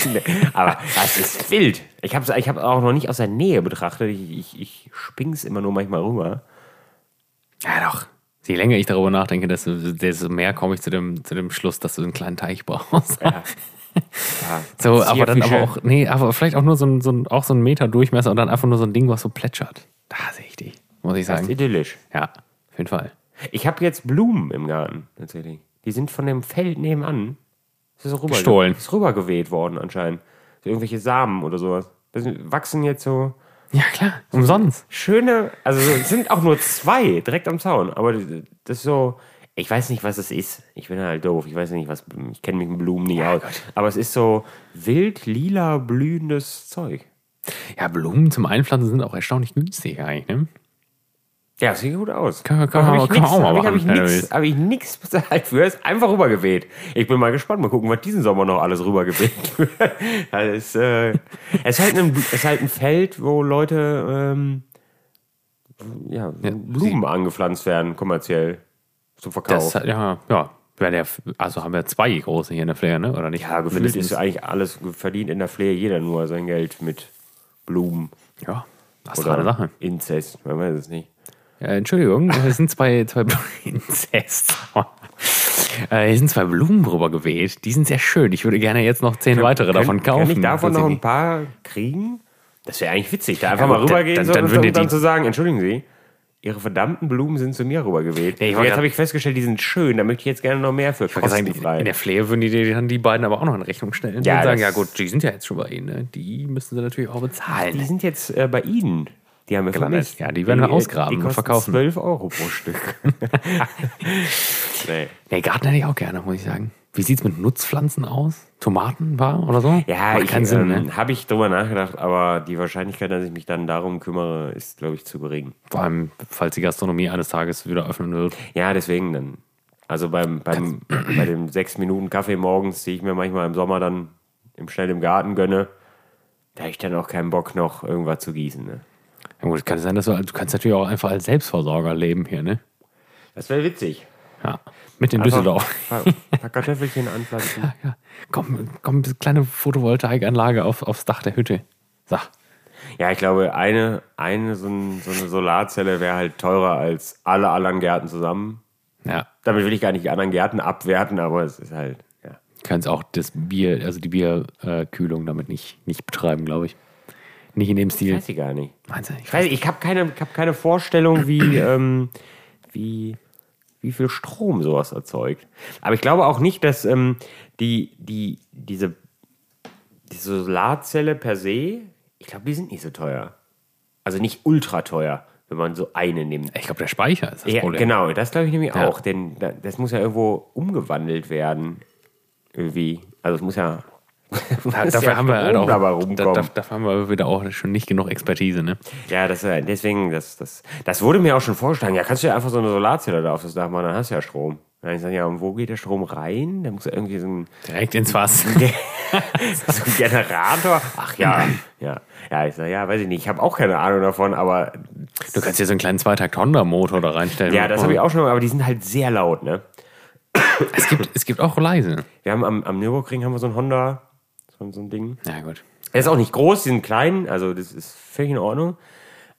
Speaker 2: [laughs] Aber das ist wild. Ich habe es ich hab's auch noch nicht aus der Nähe betrachtet. Ich, ich, ich spring's immer nur manchmal rüber.
Speaker 1: Ja doch. Je länger ich darüber nachdenke, desto, desto mehr komme ich zu dem, zu dem Schluss, dass du einen kleinen Teich brauchst.
Speaker 2: Ja.
Speaker 1: [laughs] So, aber dann aber
Speaker 2: Zierfische.
Speaker 1: auch, nee, aber vielleicht auch nur so ein, so ein, auch so ein Meter Durchmesser und dann einfach nur so ein Ding, was so plätschert. Da sehe ich dich, muss ich
Speaker 2: Das ist
Speaker 1: sagen.
Speaker 2: idyllisch.
Speaker 1: Ja, auf jeden Fall.
Speaker 2: Ich habe jetzt Blumen im Garten, tatsächlich. Die sind von dem Feld nebenan. Das ist rüber
Speaker 1: Gestohlen.
Speaker 2: Ist rübergeweht worden anscheinend. So irgendwelche Samen oder sowas. Das sind, wachsen jetzt so
Speaker 1: Ja klar, umsonst.
Speaker 2: schöne, also so, es sind auch nur zwei direkt am Zaun, aber das ist so, ich weiß nicht, was es ist. Ich bin halt doof, ich weiß nicht, was, ich kenne mich mit Blumen nicht aus. Aber es ist so wild lila blühendes Zeug.
Speaker 1: Ja, Blumen zum Einpflanzen sind auch erstaunlich günstig eigentlich, ne?
Speaker 2: Ja, sieht gut aus.
Speaker 1: Kann man- kann
Speaker 2: Aber
Speaker 1: man-
Speaker 2: hab ich
Speaker 1: kann man auch
Speaker 2: nix-
Speaker 1: mal
Speaker 2: hab ich-
Speaker 1: machen, wenn
Speaker 2: Hab
Speaker 1: du
Speaker 2: ich nix,
Speaker 1: willst.
Speaker 2: hab ich nix bezahlt für. Ist einfach rübergeweht. Ich bin mal gespannt. Mal gucken, was diesen Sommer noch alles rübergeweht [laughs] wird. Das ist, äh, es, ist halt ein, es ist halt ein Feld, wo Leute ähm, ja, Blumen angepflanzt werden, kommerziell zum Verkauf.
Speaker 1: Das, hat- ja, ja. Wenn der, also haben wir zwei große hier in der Fläche, ne? Oder nicht?
Speaker 2: ja, gefühlt ist eigentlich alles verdient in der Pflege jeder nur sein Geld mit Blumen
Speaker 1: Ja, das ist eine
Speaker 2: oder
Speaker 1: Sache.
Speaker 2: Inzest. Man weiß es nicht.
Speaker 1: Äh, Entschuldigung, es sind zwei, zwei Inzest. [laughs] Äh, Hier sind zwei Blumen drüber geweht. Die sind sehr schön. Ich würde gerne jetzt noch zehn weitere davon kaufen. Also
Speaker 2: Kann ich davon
Speaker 1: Weiß
Speaker 2: noch ein
Speaker 1: nicht.
Speaker 2: paar kriegen? Das wäre eigentlich witzig, da
Speaker 1: Ja,
Speaker 2: einfach mal
Speaker 1: gut, dann-
Speaker 2: rübergehen
Speaker 1: dann-
Speaker 2: so,
Speaker 1: dann
Speaker 2: und
Speaker 1: würden
Speaker 2: dann,
Speaker 1: die-
Speaker 2: zu sagen, entschuldigen Sie, Ihre verdammten Blumen sind zu mir rübergeweht.
Speaker 1: Ja, ich
Speaker 2: Aber
Speaker 1: wollte
Speaker 2: jetzt
Speaker 1: grad-
Speaker 2: habe ich festgestellt, die sind schön, da möchte ich jetzt gerne noch mehr für
Speaker 1: Ich wollte
Speaker 2: kostenfrei.
Speaker 1: sagen, in der Pflege würden die dir dann die beiden aber auch noch in Rechnung stellen.
Speaker 2: Ja,
Speaker 1: und sagen, ja
Speaker 2: das-
Speaker 1: gut, die sind ja jetzt schon bei Ihnen. Ne? Die müssen sie natürlich auch
Speaker 2: die
Speaker 1: bezahlen.
Speaker 2: sind jetzt äh, bei Ihnen. Die haben wir vermisst.
Speaker 1: Genau, Ja, die werden wir
Speaker 2: äh,
Speaker 1: ausgraben und
Speaker 2: kosten
Speaker 1: verkaufen.
Speaker 2: 12 Euro pro
Speaker 1: [laughs]
Speaker 2: Stück. nee.
Speaker 1: Nee, Garten hätte ich auch gerne, muss ich sagen. Wie sieht's mit Nutzpflanzen aus? Tomaten war oder so?
Speaker 2: Ja,
Speaker 1: Macht
Speaker 2: ich,
Speaker 1: keinen Sinn,
Speaker 2: ähm,
Speaker 1: ne?
Speaker 2: habe ich drüber nachgedacht, aber die Wahrscheinlichkeit, dass ich mich dann darum kümmere, ist, glaube ich, zu gering.
Speaker 1: Vor allem, falls die Gastronomie eines Tages wieder öffnen wird.
Speaker 2: Ja, deswegen dann. Also beim, beim, [clears throat] bei dem sechs Minuten Kaffee morgens, die ich mir manchmal im Sommer dann im schnell im Garten gönne, da habe ich dann auch keinen Bock noch irgendwas zu gießen. Ne?
Speaker 1: Ja, gut, kann sein, dass du, du kannst natürlich auch einfach als Selbstversorger leben hier, ne?
Speaker 2: Das wäre witzig.
Speaker 1: Ja. Mit in Düsseldorf. [laughs]
Speaker 2: Ein paar, [laughs] ein paar Kartoffelchen anpflanzen.
Speaker 1: Ja, komm, komm, kleine Photovoltaikanlage auf, aufs Dach der Hütte. Sag.
Speaker 2: Ja, ich glaube, eine, eine so, ein, so eine Solarzelle wäre halt teurer als alle anderen Gärten zusammen.
Speaker 1: Ja.
Speaker 2: Damit will ich gar nicht die anderen Gärten abwerten, aber es ist halt, ja.
Speaker 1: Kannst auch das Bier, also die Bierkühlung äh, Kühlung damit nicht, nicht betreiben, glaube ich. Nicht in dem Stil.
Speaker 2: Weiß ich gar nicht.
Speaker 1: Meinst du? Ich
Speaker 2: Ich weiß, nicht, ich habe keine, ich hab keine Vorstellung,
Speaker 1: [clears throat]
Speaker 2: wie, ähm, wie, wie viel Strom sowas erzeugt. Aber ich glaube auch nicht, dass ähm, die, die, diese, diese Solarzelle per se, ich glaube, die sind nicht so teuer. Also nicht ultra teuer, wenn man so eine nimmt.
Speaker 1: ich glaube, der Speicher ist das
Speaker 2: Ja,
Speaker 1: Problem.
Speaker 2: genau, das glaube ich nämlich
Speaker 1: Ja.
Speaker 2: auch, denn da- das muss ja irgendwo umgewandelt werden. Irgendwie. Also es muss ja. [laughs]
Speaker 1: Da, dafür haben wir halt auch,
Speaker 2: dabei
Speaker 1: da,
Speaker 2: rumkommen.
Speaker 1: da, dafür haben wir wieder auch schon nicht genug Expertise, ne?
Speaker 2: Ja, das, äh, deswegen, das, das, das wurde mir auch schon vorgeschlagen. Ja, kannst du ja einfach so eine Solarzelle da auf das Dach machen, dann hast du ja Strom. Dann hab ich gesagt, ja, und wo geht der Strom rein? Da muss irgendwie so ein, [laughs]
Speaker 1: Direkt ins Fass.
Speaker 2: so ein Generator. Ach ja, ja. Ja, ich sage, ja, weiß ich nicht. Ich habe auch keine Ahnung davon, aber
Speaker 1: Du kannst hier so einen kleinen Zweitakt Honda-Motor da reinstellen.
Speaker 2: ja, das habe ich auch schon, aber die sind halt sehr laut, ne?
Speaker 1: Es gibt, es gibt auch leise.
Speaker 2: Wir haben am, am Nürburgring haben wir so ein Honda, so, so ein Ding.
Speaker 1: Ja, gut.
Speaker 2: Er ist auch nicht groß, die sind klein, also das ist völlig in Ordnung.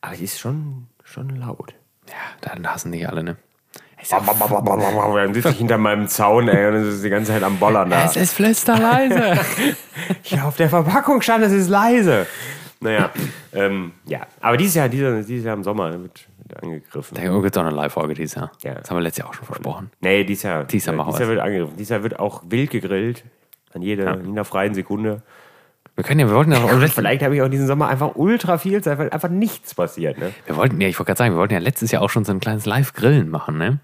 Speaker 2: Aber die ist schon, schon laut.
Speaker 1: Ja, dann hassen die alle, ne?
Speaker 2: Dann sitze ich hinter meinem Zaun, ey, und es ist die ganze Zeit am Bollern ne? da.
Speaker 1: ist [laughs] flüsterleise.
Speaker 2: Ja, auf der Verpackung stand, es ist leise. Naja, ähm, ja. Aber dieses Jahr, dieses, dieses Jahr im Sommer ne, wird, wird angegriffen.
Speaker 1: da gibt es auch eine Live-Folge dieses Jahr.
Speaker 2: Ja.
Speaker 1: Das haben wir letztes Jahr auch schon versprochen.
Speaker 2: Nee, dieses Jahr. äh,
Speaker 1: Dieses Jahr machen
Speaker 2: dieses
Speaker 1: wir
Speaker 2: Jahr wird angegriffen. Dieses Jahr wird auch wild gegrillt. An jeder, in jeder freien Sekunde.
Speaker 1: Wir können ja, wir wollten ja,
Speaker 2: Und
Speaker 1: wir
Speaker 2: Also vielleicht habe ich auch diesen Sommer einfach ultra viel Zeit, weil einfach nichts passiert. Ne?
Speaker 1: wollten ja, ich wollte gerade sagen, wir wollten ja letztes Jahr auch schon so ein kleines Live-Grillen machen, ne?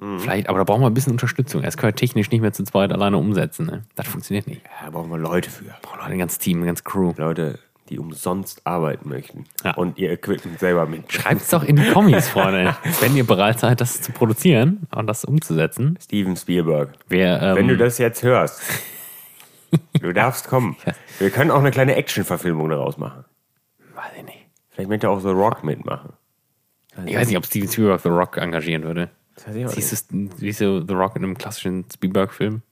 Speaker 2: Mhm.
Speaker 1: Vielleicht, aber da brauchen wir ein bisschen Unterstützung. Das können wir technisch nicht mehr zu zweit alleine umsetzen, ne? Das funktioniert nicht.
Speaker 2: Da brauchen wir Leute für.
Speaker 1: Wir brauchen Leute, ein ganzes Team, eine ganze Crew.
Speaker 2: Leute, die umsonst arbeiten möchten
Speaker 1: Ja.
Speaker 2: und ihr Equipment selber mit.
Speaker 1: Schreibt es doch in die Kommis, Freunde, wenn ihr bereit seid, das zu produzieren und das umzusetzen.
Speaker 2: Steven Spielberg, Mhm.
Speaker 1: Wir, ähm,
Speaker 2: wenn du das jetzt hörst, du darfst [laughs] kommen. Wir können auch eine kleine Action-Verfilmung daraus machen.
Speaker 1: weiß ich nicht.
Speaker 2: Vielleicht möchte auch The Rock mitmachen.
Speaker 1: Ich weiß nicht, ob Steven Spielberg The Rock engagieren würde.
Speaker 2: Das weiß ich auch nicht.
Speaker 1: Siehst du, siehst du The Rock in einem klassischen Spielberg-Film?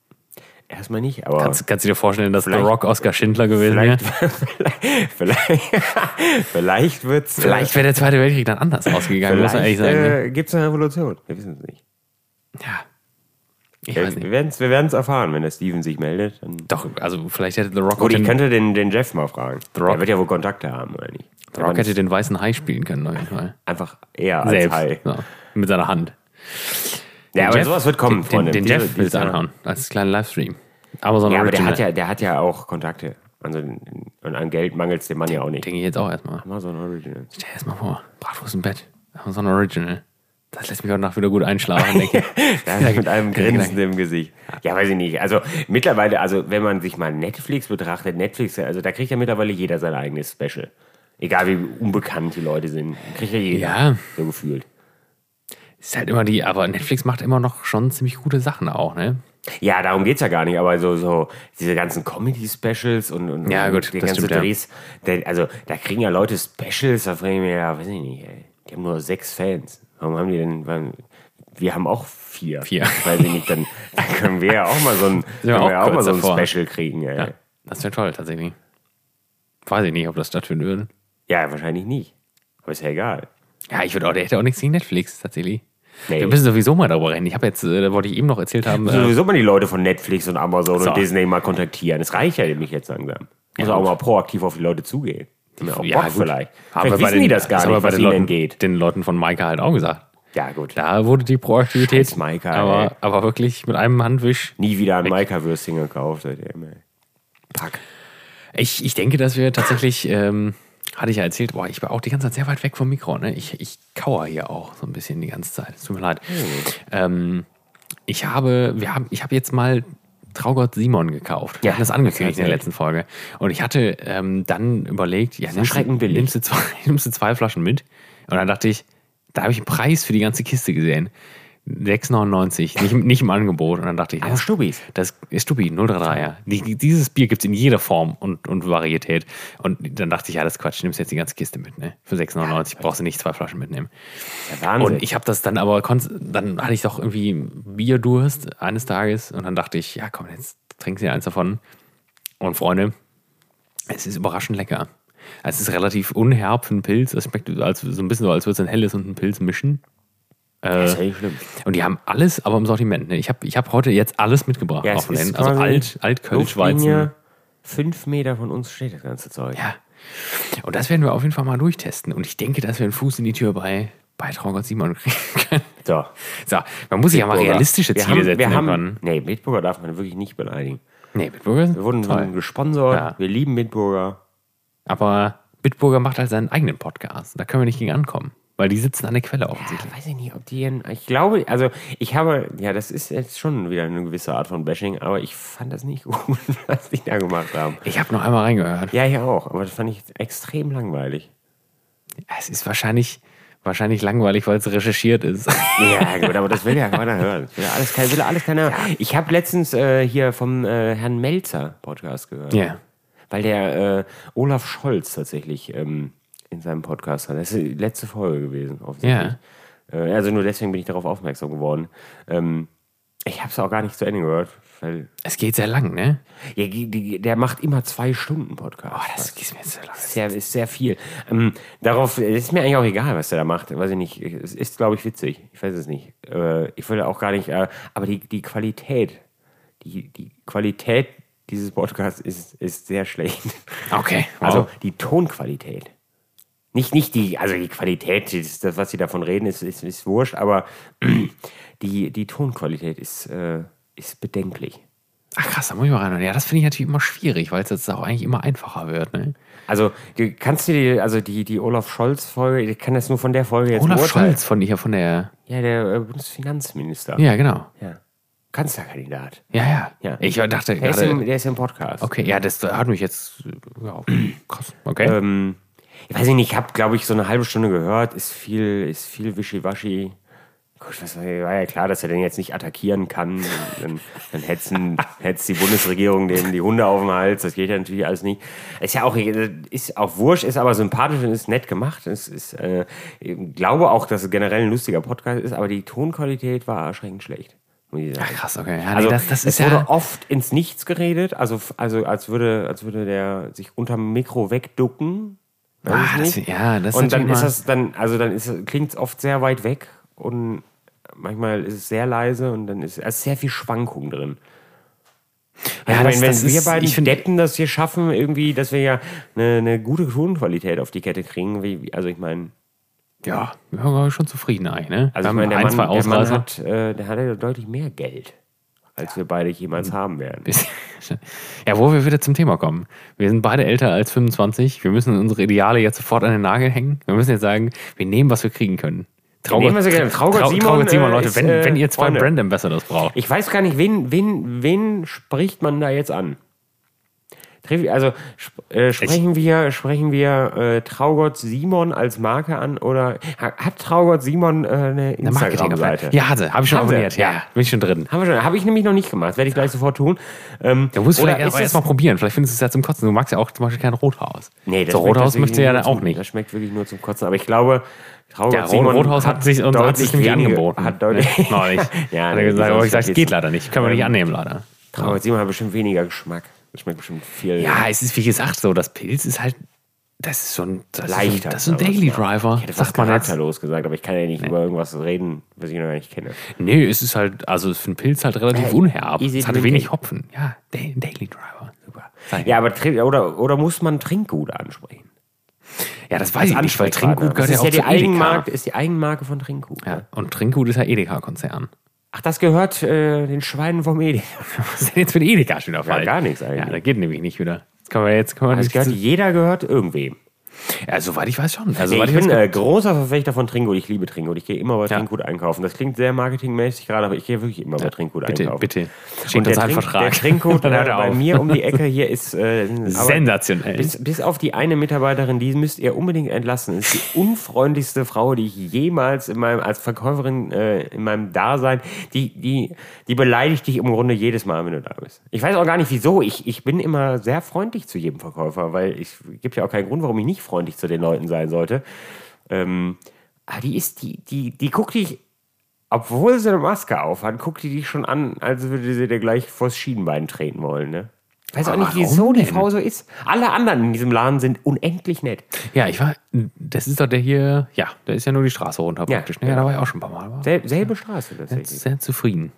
Speaker 2: Erstmal nicht, aber
Speaker 1: Kannst, kannst du dir vorstellen, dass The
Speaker 2: Vielleicht-
Speaker 1: Rock Oscar Schindler gewesen wäre?
Speaker 2: vielleicht, [laughs] vielleicht, vielleicht wird's.
Speaker 1: Vielleicht wäre der Zweite Weltkrieg dann anders ausgegangen, muss man ehrlich
Speaker 2: vielleicht
Speaker 1: sagen. ne?
Speaker 2: äh, gibt es eine Revolution. Wir wissen es nicht.
Speaker 1: Ja. Ich
Speaker 2: Wir
Speaker 1: weiß nicht.
Speaker 2: werden es wir werden's erfahren, wenn der Steven sich meldet. Dann
Speaker 1: Doch, also vielleicht hätte The Rock, auch
Speaker 2: Gut, ich
Speaker 1: den,
Speaker 2: könnte den, den Jeff mal fragen.
Speaker 1: Rock.
Speaker 2: Der wird ja wohl Kontakte haben, oder nicht?
Speaker 1: The Rock hätte den weißen Hai spielen können, auf jeden Fall.
Speaker 2: Einfach eher als High.
Speaker 1: So, mit seiner Hand.
Speaker 2: Ja, aber
Speaker 1: Jeff-
Speaker 2: sowas wird kommen,
Speaker 1: den,
Speaker 2: Freunde.
Speaker 1: Den, den
Speaker 2: Diese-
Speaker 1: Jeff will es
Speaker 2: diese-
Speaker 1: anhauen, als kleinen Livestream. Aber so ein
Speaker 2: Ja, aber der
Speaker 1: Original.
Speaker 2: hat ja, der hat ja auch Kontakte. Also, und an Geld mangelt es dem Mann ja auch nicht.
Speaker 1: Denke ich jetzt auch erstmal.
Speaker 2: Mal so ein Original.
Speaker 1: Stell dir das mal vor. Bratwurst im Bett. Aber so ein Original. Das lässt mich heute Nacht wieder gut einschlafen, denke
Speaker 2: [laughs]
Speaker 1: ich.
Speaker 2: Ja, genau. mit einem
Speaker 1: Gedanke.
Speaker 2: Grinsen im Gesicht. Ja, weiß ich nicht. Also mittlerweile, also wenn man sich mal Netflix betrachtet, Netflix, also da kriegt ja mittlerweile jeder sein eigenes Special. Egal wie unbekannt die Leute sind, kriegt ja jeder.
Speaker 1: Ja.
Speaker 2: So gefühlt.
Speaker 1: Ist halt immer die, aber Netflix macht immer noch schon ziemlich gute Sachen auch, ne?
Speaker 2: Ja, darum geht's ja gar nicht, aber so, so diese ganzen Comedy-Specials und, und
Speaker 1: Ja,
Speaker 2: und
Speaker 1: gut,
Speaker 2: die
Speaker 1: das
Speaker 2: ganzen
Speaker 1: stimmt, ja.
Speaker 2: Drehs, der, also da kriegen ja Leute Specials, da fragen wir ja, weiß ich nicht, ey, die haben nur sechs Fans. Warum haben die denn, warum, wir haben auch vier.
Speaker 1: Vier.
Speaker 2: [laughs] Weiß ich nicht, dann, dann können wir ja auch mal so ein,
Speaker 1: wir
Speaker 2: können
Speaker 1: auch
Speaker 2: wir ja auch mal
Speaker 1: kurz
Speaker 2: so ein
Speaker 1: davor.
Speaker 2: Special kriegen, ey.
Speaker 1: Ja. Das wäre toll, tatsächlich. Weiß ich nicht, ob das stattfinden würde.
Speaker 2: Ja, wahrscheinlich nicht. Aber ist ja egal.
Speaker 1: Ja, ich würde auch, der hätte auch nichts gegen Netflix, tatsächlich.
Speaker 2: Nee.
Speaker 1: Wir müssen sowieso mal darüber reden. Ich habe jetzt, äh, da wollte ich eben noch erzählt haben,
Speaker 2: Also
Speaker 1: äh,
Speaker 2: sowieso mal die Leute von Netflix und Amazon
Speaker 1: So.
Speaker 2: und Disney mal kontaktieren. Das reicht ja nämlich jetzt langsam. Muss auch mal proaktiv auf die Leute zugehen. Die haben auch Bock
Speaker 1: gut.
Speaker 2: vielleicht.
Speaker 1: Haben wir
Speaker 2: Vielleicht
Speaker 1: bei
Speaker 2: wissen
Speaker 1: den-
Speaker 2: die das gar
Speaker 1: haben
Speaker 2: nicht,
Speaker 1: wir bei
Speaker 2: was
Speaker 1: den
Speaker 2: ihnen
Speaker 1: Leuten,
Speaker 2: denn geht.
Speaker 1: Den Leuten von Maika halt auch gesagt.
Speaker 2: Ja, gut.
Speaker 1: Da wurde die Proaktivität,
Speaker 2: Scheiß Maika, ey.
Speaker 1: aber, aber wirklich mit einem Handwisch.
Speaker 2: Nie wieder ein Maika-Würstchen gekauft seitdem, ey. Pack.
Speaker 1: Ich, ich denke, dass wir tatsächlich, ähm, hatte ich ja erzählt, boah, ich war auch die ganze Zeit sehr weit weg vom Mikro. Ne? Ich, ich kauer hier auch so ein bisschen die ganze Zeit. Es tut mir leid.
Speaker 2: Oh.
Speaker 1: Ähm, ich habe, wir haben, ich habe jetzt mal Traugott Simon gekauft. Wir
Speaker 2: Ja,
Speaker 1: hatten das
Speaker 2: das
Speaker 1: angekündigt
Speaker 2: heißt
Speaker 1: in der
Speaker 2: ja.
Speaker 1: letzten Folge. Und ich hatte ähm, dann überlegt, ja, nimmst, du-
Speaker 2: erschreckend billig.
Speaker 1: nimmst, du zwei, [laughs] nimmst du zwei Flaschen mit? Und dann dachte ich, da habe ich einen Preis für die ganze Kiste gesehen. 6,99, nicht, im- nicht im Angebot. Und dann dachte ich,
Speaker 2: Aber Stubis.
Speaker 1: das ist Stubbi, 033, ja. Die, dieses Bier gibt es in jeder Form und, und Varietät. Und dann dachte ich, ja, das ist Quatsch, nimmst jetzt die ganze Kiste mit, ne? Für 6,99 brauchst du nicht zwei Flaschen mitnehmen.
Speaker 2: Ja, Wahnsinn.
Speaker 1: Und ich habe das dann aber, konz- dann hatte ich doch irgendwie Bierdurst eines Tages und dann dachte ich, ja komm, jetzt trinkst du dir eins davon. Und Freunde, es ist überraschend lecker. Es ist relativ unherb für einen Pilz. Es schmeckt als, so ein bisschen so, als würdest du ein helles und einen Pilz mischen.
Speaker 2: das Äh, ist ja nicht schlimm.
Speaker 1: Und die haben alles, aber im Sortiment. Ne? Ich habe ich hab heute jetzt alles mitgebracht,
Speaker 2: Ja,
Speaker 1: auch
Speaker 2: es
Speaker 1: von
Speaker 2: ist
Speaker 1: denen. Also
Speaker 2: quasi
Speaker 1: Alt, Altkölsch, Weizen.
Speaker 2: Luftlinie, Fünf Meter von uns steht das ganze Zeug.
Speaker 1: Ja. Und das werden wir auf jeden Fall mal durchtesten. Und ich denke, dass wir einen Fuß in die Tür bei, bei Traugott Simon [laughs] kriegen können.
Speaker 2: So.
Speaker 1: So, man muss sich ja mal
Speaker 2: Mitburger.
Speaker 1: realistische
Speaker 2: wir
Speaker 1: Ziele
Speaker 2: haben,
Speaker 1: setzen. ne?
Speaker 2: wir
Speaker 1: irgendwann.
Speaker 2: haben, Nee, Mitburger darf man wirklich nicht beleidigen.
Speaker 1: nee, Bitburger ist
Speaker 2: Wir wurden
Speaker 1: toll.
Speaker 2: von gesponsert.
Speaker 1: Ja.
Speaker 2: Wir lieben Mitburger.
Speaker 1: Aber Bitburger macht halt seinen eigenen Podcast. Da können wir nicht gegen ankommen. Weil die sitzen an der Quelle offensichtlich.
Speaker 2: Ja, weiß ich nicht, ob die ihren. Ich glaube, also ich habe, ja, das ist jetzt schon wieder eine gewisse Art von Bashing, aber ich fand das nicht [laughs] gut, was die da gemacht haben.
Speaker 1: Ich habe noch einmal reingehört.
Speaker 2: Ja, ich auch, aber das fand ich extrem langweilig.
Speaker 1: Es ist wahrscheinlich, Wahrscheinlich langweilig, weil es recherchiert
Speaker 2: [laughs]
Speaker 1: ist.
Speaker 2: Ja, gut, aber das will ja keiner hören. Das will ja alles, kein, will ja alles keiner hören. Ich habe letztens äh, hier vom äh, Herrn Melzer Podcast gehört.
Speaker 1: Ja.
Speaker 2: Weil der äh, Olaf Scholz tatsächlich ähm, in seinem Podcast hat. Das ist die letzte Folge gewesen, offensichtlich. Äh, also nur deswegen bin ich darauf aufmerksam geworden. Ähm, ich habe es auch gar nicht zu Ende gehört. Weil,
Speaker 1: Es geht sehr lang, ne?
Speaker 2: ja, die, die, der macht immer zwei Stunden Podcast.
Speaker 1: Oh, das geht mir jetzt sehr lang.
Speaker 2: sehr, ist sehr viel. Ähm, darauf ist mir eigentlich auch egal, was der da macht. Weiß ich nicht. Es ist, glaube ich, witzig. Ich weiß es nicht. Äh, ich würde auch gar nicht. Äh, aber die, die Qualität, die, die Qualität dieses Podcasts ist, ist sehr schlecht.
Speaker 1: Okay.
Speaker 2: Also
Speaker 1: wow.
Speaker 2: die Tonqualität. Nicht, nicht die, also die Qualität, das, das, was sie davon reden, ist, ist, ist wurscht, aber [clears throat] die, die Tonqualität ist, äh, ist bedenklich.
Speaker 1: Ach krass, da muss ich mal reinhören. Ja, das finde ich natürlich immer schwierig, weil es jetzt auch eigentlich immer einfacher wird, ne?
Speaker 2: Also, du kannst du dir, also die, die Olaf Scholz-Folge, ich kann das nur von der Folge jetzt
Speaker 1: Olaf
Speaker 2: beurteilen.
Speaker 1: Scholz von, ja, von der.
Speaker 2: Ja, der äh, Bundesfinanzminister.
Speaker 1: Ja, genau.
Speaker 2: Ja. Kanzlerkandidat.
Speaker 1: Ja, ja.
Speaker 2: Ja.
Speaker 1: Ich dachte
Speaker 2: Der ist, im,
Speaker 1: gerade.
Speaker 2: der ist im Podcast.
Speaker 1: Okay, ja, das hat mich jetzt. Ja, krass. Okay.
Speaker 2: Ähm, ich weiß nicht, ich habe, glaube ich, so eine halbe Stunde gehört. Ist viel, ist viel Wischiwaschi. Gut, was war war ja klar, dass er den jetzt nicht attackieren kann. Und Dann,
Speaker 1: [laughs]
Speaker 2: dann hetzen, hetzt die Bundesregierung dem die Hunde auf den Hals. Das geht ja natürlich alles nicht. Ist ja auch, ist auch wurscht, ist aber sympathisch und ist nett gemacht. Es ist, äh, ich glaube auch, dass es generell ein lustiger Podcast ist, aber die Tonqualität war erschreckend schlecht. Muss ich sagen.
Speaker 1: krass, okay. Ja, Ah, nee,
Speaker 2: Also
Speaker 1: das, das
Speaker 2: es
Speaker 1: ist
Speaker 2: wurde
Speaker 1: ja.
Speaker 2: oft ins Nichts geredet, also, f- also als, würde, als würde der sich unterm Mikro wegducken. Weiß
Speaker 1: Ah,
Speaker 2: ich
Speaker 1: das-
Speaker 2: nicht.
Speaker 1: ja, das ist
Speaker 2: Und dann
Speaker 1: natürlich
Speaker 2: ist
Speaker 1: mal-
Speaker 2: das dann, also dann klingt es oft sehr weit weg und manchmal ist es sehr leise und dann ist, also sehr viel Schwankung drin.
Speaker 1: Ja,
Speaker 2: ich
Speaker 1: das-
Speaker 2: meine, wenn
Speaker 1: das
Speaker 2: wir
Speaker 1: ist-
Speaker 2: beiden
Speaker 1: ich find-
Speaker 2: Deppen das hier schaffen, irgendwie, dass wir ja eine, eine gute Tonqualität auf die Kette kriegen, wie, wie- also ich meine,
Speaker 1: Ja, wir waren schon zufrieden eigentlich, ne?
Speaker 2: also ich
Speaker 1: Wir haben
Speaker 2: meine, der,
Speaker 1: ein, zwei
Speaker 2: Mann, der Mann
Speaker 1: Ausreißer.
Speaker 2: hat, äh, der hat ja deutlich mehr Geld, als wir beide jemals
Speaker 1: Mhm.
Speaker 2: haben werden.
Speaker 1: [laughs] Ja, wo wir wieder zum Thema kommen. Wir sind beide älter als 25. Wir müssen unsere Ideale jetzt sofort an den Nagel hängen. Wir müssen jetzt sagen, wir nehmen, was wir kriegen können. Traugott,
Speaker 2: nehmen, was wir kriegen. Traugott
Speaker 1: Trau-
Speaker 2: Simon,
Speaker 1: Traugott Simon,
Speaker 2: äh,
Speaker 1: Leute,
Speaker 2: ist,
Speaker 1: wenn,
Speaker 2: äh,
Speaker 1: wenn ihr zwei
Speaker 2: Freunde.
Speaker 1: Brand Ambassadors braucht.
Speaker 2: Ich weiß gar nicht, wen, wen, wen spricht man da jetzt an? Treff- Also sp äh, sprechen wir, sprechen wir äh, Traugott Simon als Marke an oder ha- hat Traugott Simon äh, eine
Speaker 1: Eine
Speaker 2: Instagram-Seite?
Speaker 1: Ja, hatte. Habe ich schon
Speaker 2: Haben sie?
Speaker 1: abonniert. Ja, bin ich schon drin.
Speaker 2: Haben wir schon. Habe ich nämlich noch nicht gemacht. Werde ich gleich sofort tun. Ähm,
Speaker 1: Du musst
Speaker 2: oder
Speaker 1: vielleicht
Speaker 2: ist
Speaker 1: aber erst
Speaker 2: das-
Speaker 1: mal probieren. Vielleicht findest du es ja zum Kotzen. Du magst ja auch zum Beispiel kein Rothaus.
Speaker 2: Nee, das
Speaker 1: so,
Speaker 2: schmeckt
Speaker 1: Rothaus
Speaker 2: tatsächlich
Speaker 1: möchte ja
Speaker 2: nur
Speaker 1: dann auch
Speaker 2: zum-
Speaker 1: nicht.
Speaker 2: Das schmeckt wirklich nur zum Kotzen. Aber ich glaube, Traugott
Speaker 1: Ja,
Speaker 2: Simon
Speaker 1: Rothaus hat sich und hat
Speaker 2: deutlich
Speaker 1: sich nämlich
Speaker 2: wenige-
Speaker 1: angeboten.
Speaker 2: Hat deutlich
Speaker 1: Nee, noch
Speaker 2: [laughs]
Speaker 1: nicht. [laughs]
Speaker 2: Ja,
Speaker 1: Hat
Speaker 2: nee,
Speaker 1: er gesagt,
Speaker 2: die
Speaker 1: aber
Speaker 2: soll
Speaker 1: ich sage, es
Speaker 2: vergessen.
Speaker 1: geht leider nicht. Können wir nicht
Speaker 2: Ähm,
Speaker 1: annehmen, leider.
Speaker 2: Traugott Simon hat bestimmt weniger Geschmack. Das schmeckt bestimmt viel.
Speaker 1: Ja, es ist wie gesagt so, das Pilz ist halt, das ist so ein, das
Speaker 2: leichter.
Speaker 1: ist, so ein- das ist ein Daily Driver,
Speaker 2: Ich hätte
Speaker 1: sagt
Speaker 2: fast
Speaker 1: man jetzt.
Speaker 2: charakterlos gesagt, aber ich kann ja nicht über irgendwas reden, was ich noch gar nicht kenne.
Speaker 1: Nee, es ist halt, also für einen Pilz halt relativ
Speaker 2: Ja,
Speaker 1: unherb.
Speaker 2: easy
Speaker 1: Es hat
Speaker 2: drinking.
Speaker 1: wenig Hopfen. Ja, Da- Daily Driver. Super. Ja,
Speaker 2: Ja, aber Trin- oder, oder muss man Trinkgut ansprechen?
Speaker 1: ja, das weiß ich nicht, weil Trinkgut
Speaker 2: Das
Speaker 1: gehört ja
Speaker 2: ist
Speaker 1: auch
Speaker 2: ja die
Speaker 1: zu Edeka.
Speaker 2: Eigenmarke, ist die Eigenmarke von Trinkgut.
Speaker 1: Ja, und Trinkgut ist ja Edeka-Konzern. [laughs]
Speaker 2: Ach, das gehört äh, den Schweinen vom Edeka.
Speaker 1: Was ist denn jetzt mit Edeka schon der Fall?
Speaker 2: gar nichts eigentlich.
Speaker 1: Ja, das geht nämlich nicht wieder. Jetzt können wir jetzt, können wir
Speaker 2: Das
Speaker 1: nicht.
Speaker 2: gehört, jeder gehört irgendwem.
Speaker 1: ja, soweit ich weiß schon. Also,
Speaker 2: Nee,
Speaker 1: soweit
Speaker 2: ich
Speaker 1: ich weiß,
Speaker 2: bin äh, großer Verfechter von Trinkgut. Ich liebe Trinkgut. Ich gehe immer bei
Speaker 1: Ja.
Speaker 2: Trinkgut einkaufen. Das klingt sehr marketingmäßig gerade, aber ich gehe wirklich immer bei Trinkgut
Speaker 1: bitte,
Speaker 2: einkaufen.
Speaker 1: bitte. Schickt uns
Speaker 2: der,
Speaker 1: einen
Speaker 2: Trink, der
Speaker 1: Vertrag.
Speaker 2: Trinkgut
Speaker 1: [laughs]
Speaker 2: äh,
Speaker 1: Dann hört er
Speaker 2: bei
Speaker 1: auf.
Speaker 2: mir um die Ecke hier
Speaker 1: [laughs]
Speaker 2: ist äh, aber-
Speaker 1: Sensationell.
Speaker 2: Bis, bis auf die eine Mitarbeiterin, die müsst ihr unbedingt entlassen. Das ist die unfreundlichste Frau, die ich jemals in meinem, als Verkäuferin äh, in meinem Dasein, die, die, die beleidigt dich im Grunde jedes Mal, wenn du da bist. Ich weiß auch gar nicht wieso. Ich, ich bin immer sehr freundlich zu jedem Verkäufer, weil ich gibt ja auch keinen Grund, warum ich nicht freundlich zu den Leuten sein sollte. Ähm, aber die ist, die, die, die guckt dich, obwohl sie eine Maske aufhat, guckt die dich schon an, als würde sie dir gleich vors Schienenbein treten wollen, ne? Ich weiß auch nicht,
Speaker 1: Warum
Speaker 2: wieso die
Speaker 1: denn?
Speaker 2: Frau so ist. Alle anderen in diesem Laden sind unendlich nett.
Speaker 1: Ja, ich war. Das ist doch der hier. Ja, da ist ja nur die Straße runter
Speaker 2: Ja,
Speaker 1: praktisch. ne? ja, da war ich auch schon ein paar Mal. War
Speaker 2: Sel selbe Straße tatsächlich.
Speaker 1: sehr zufrieden.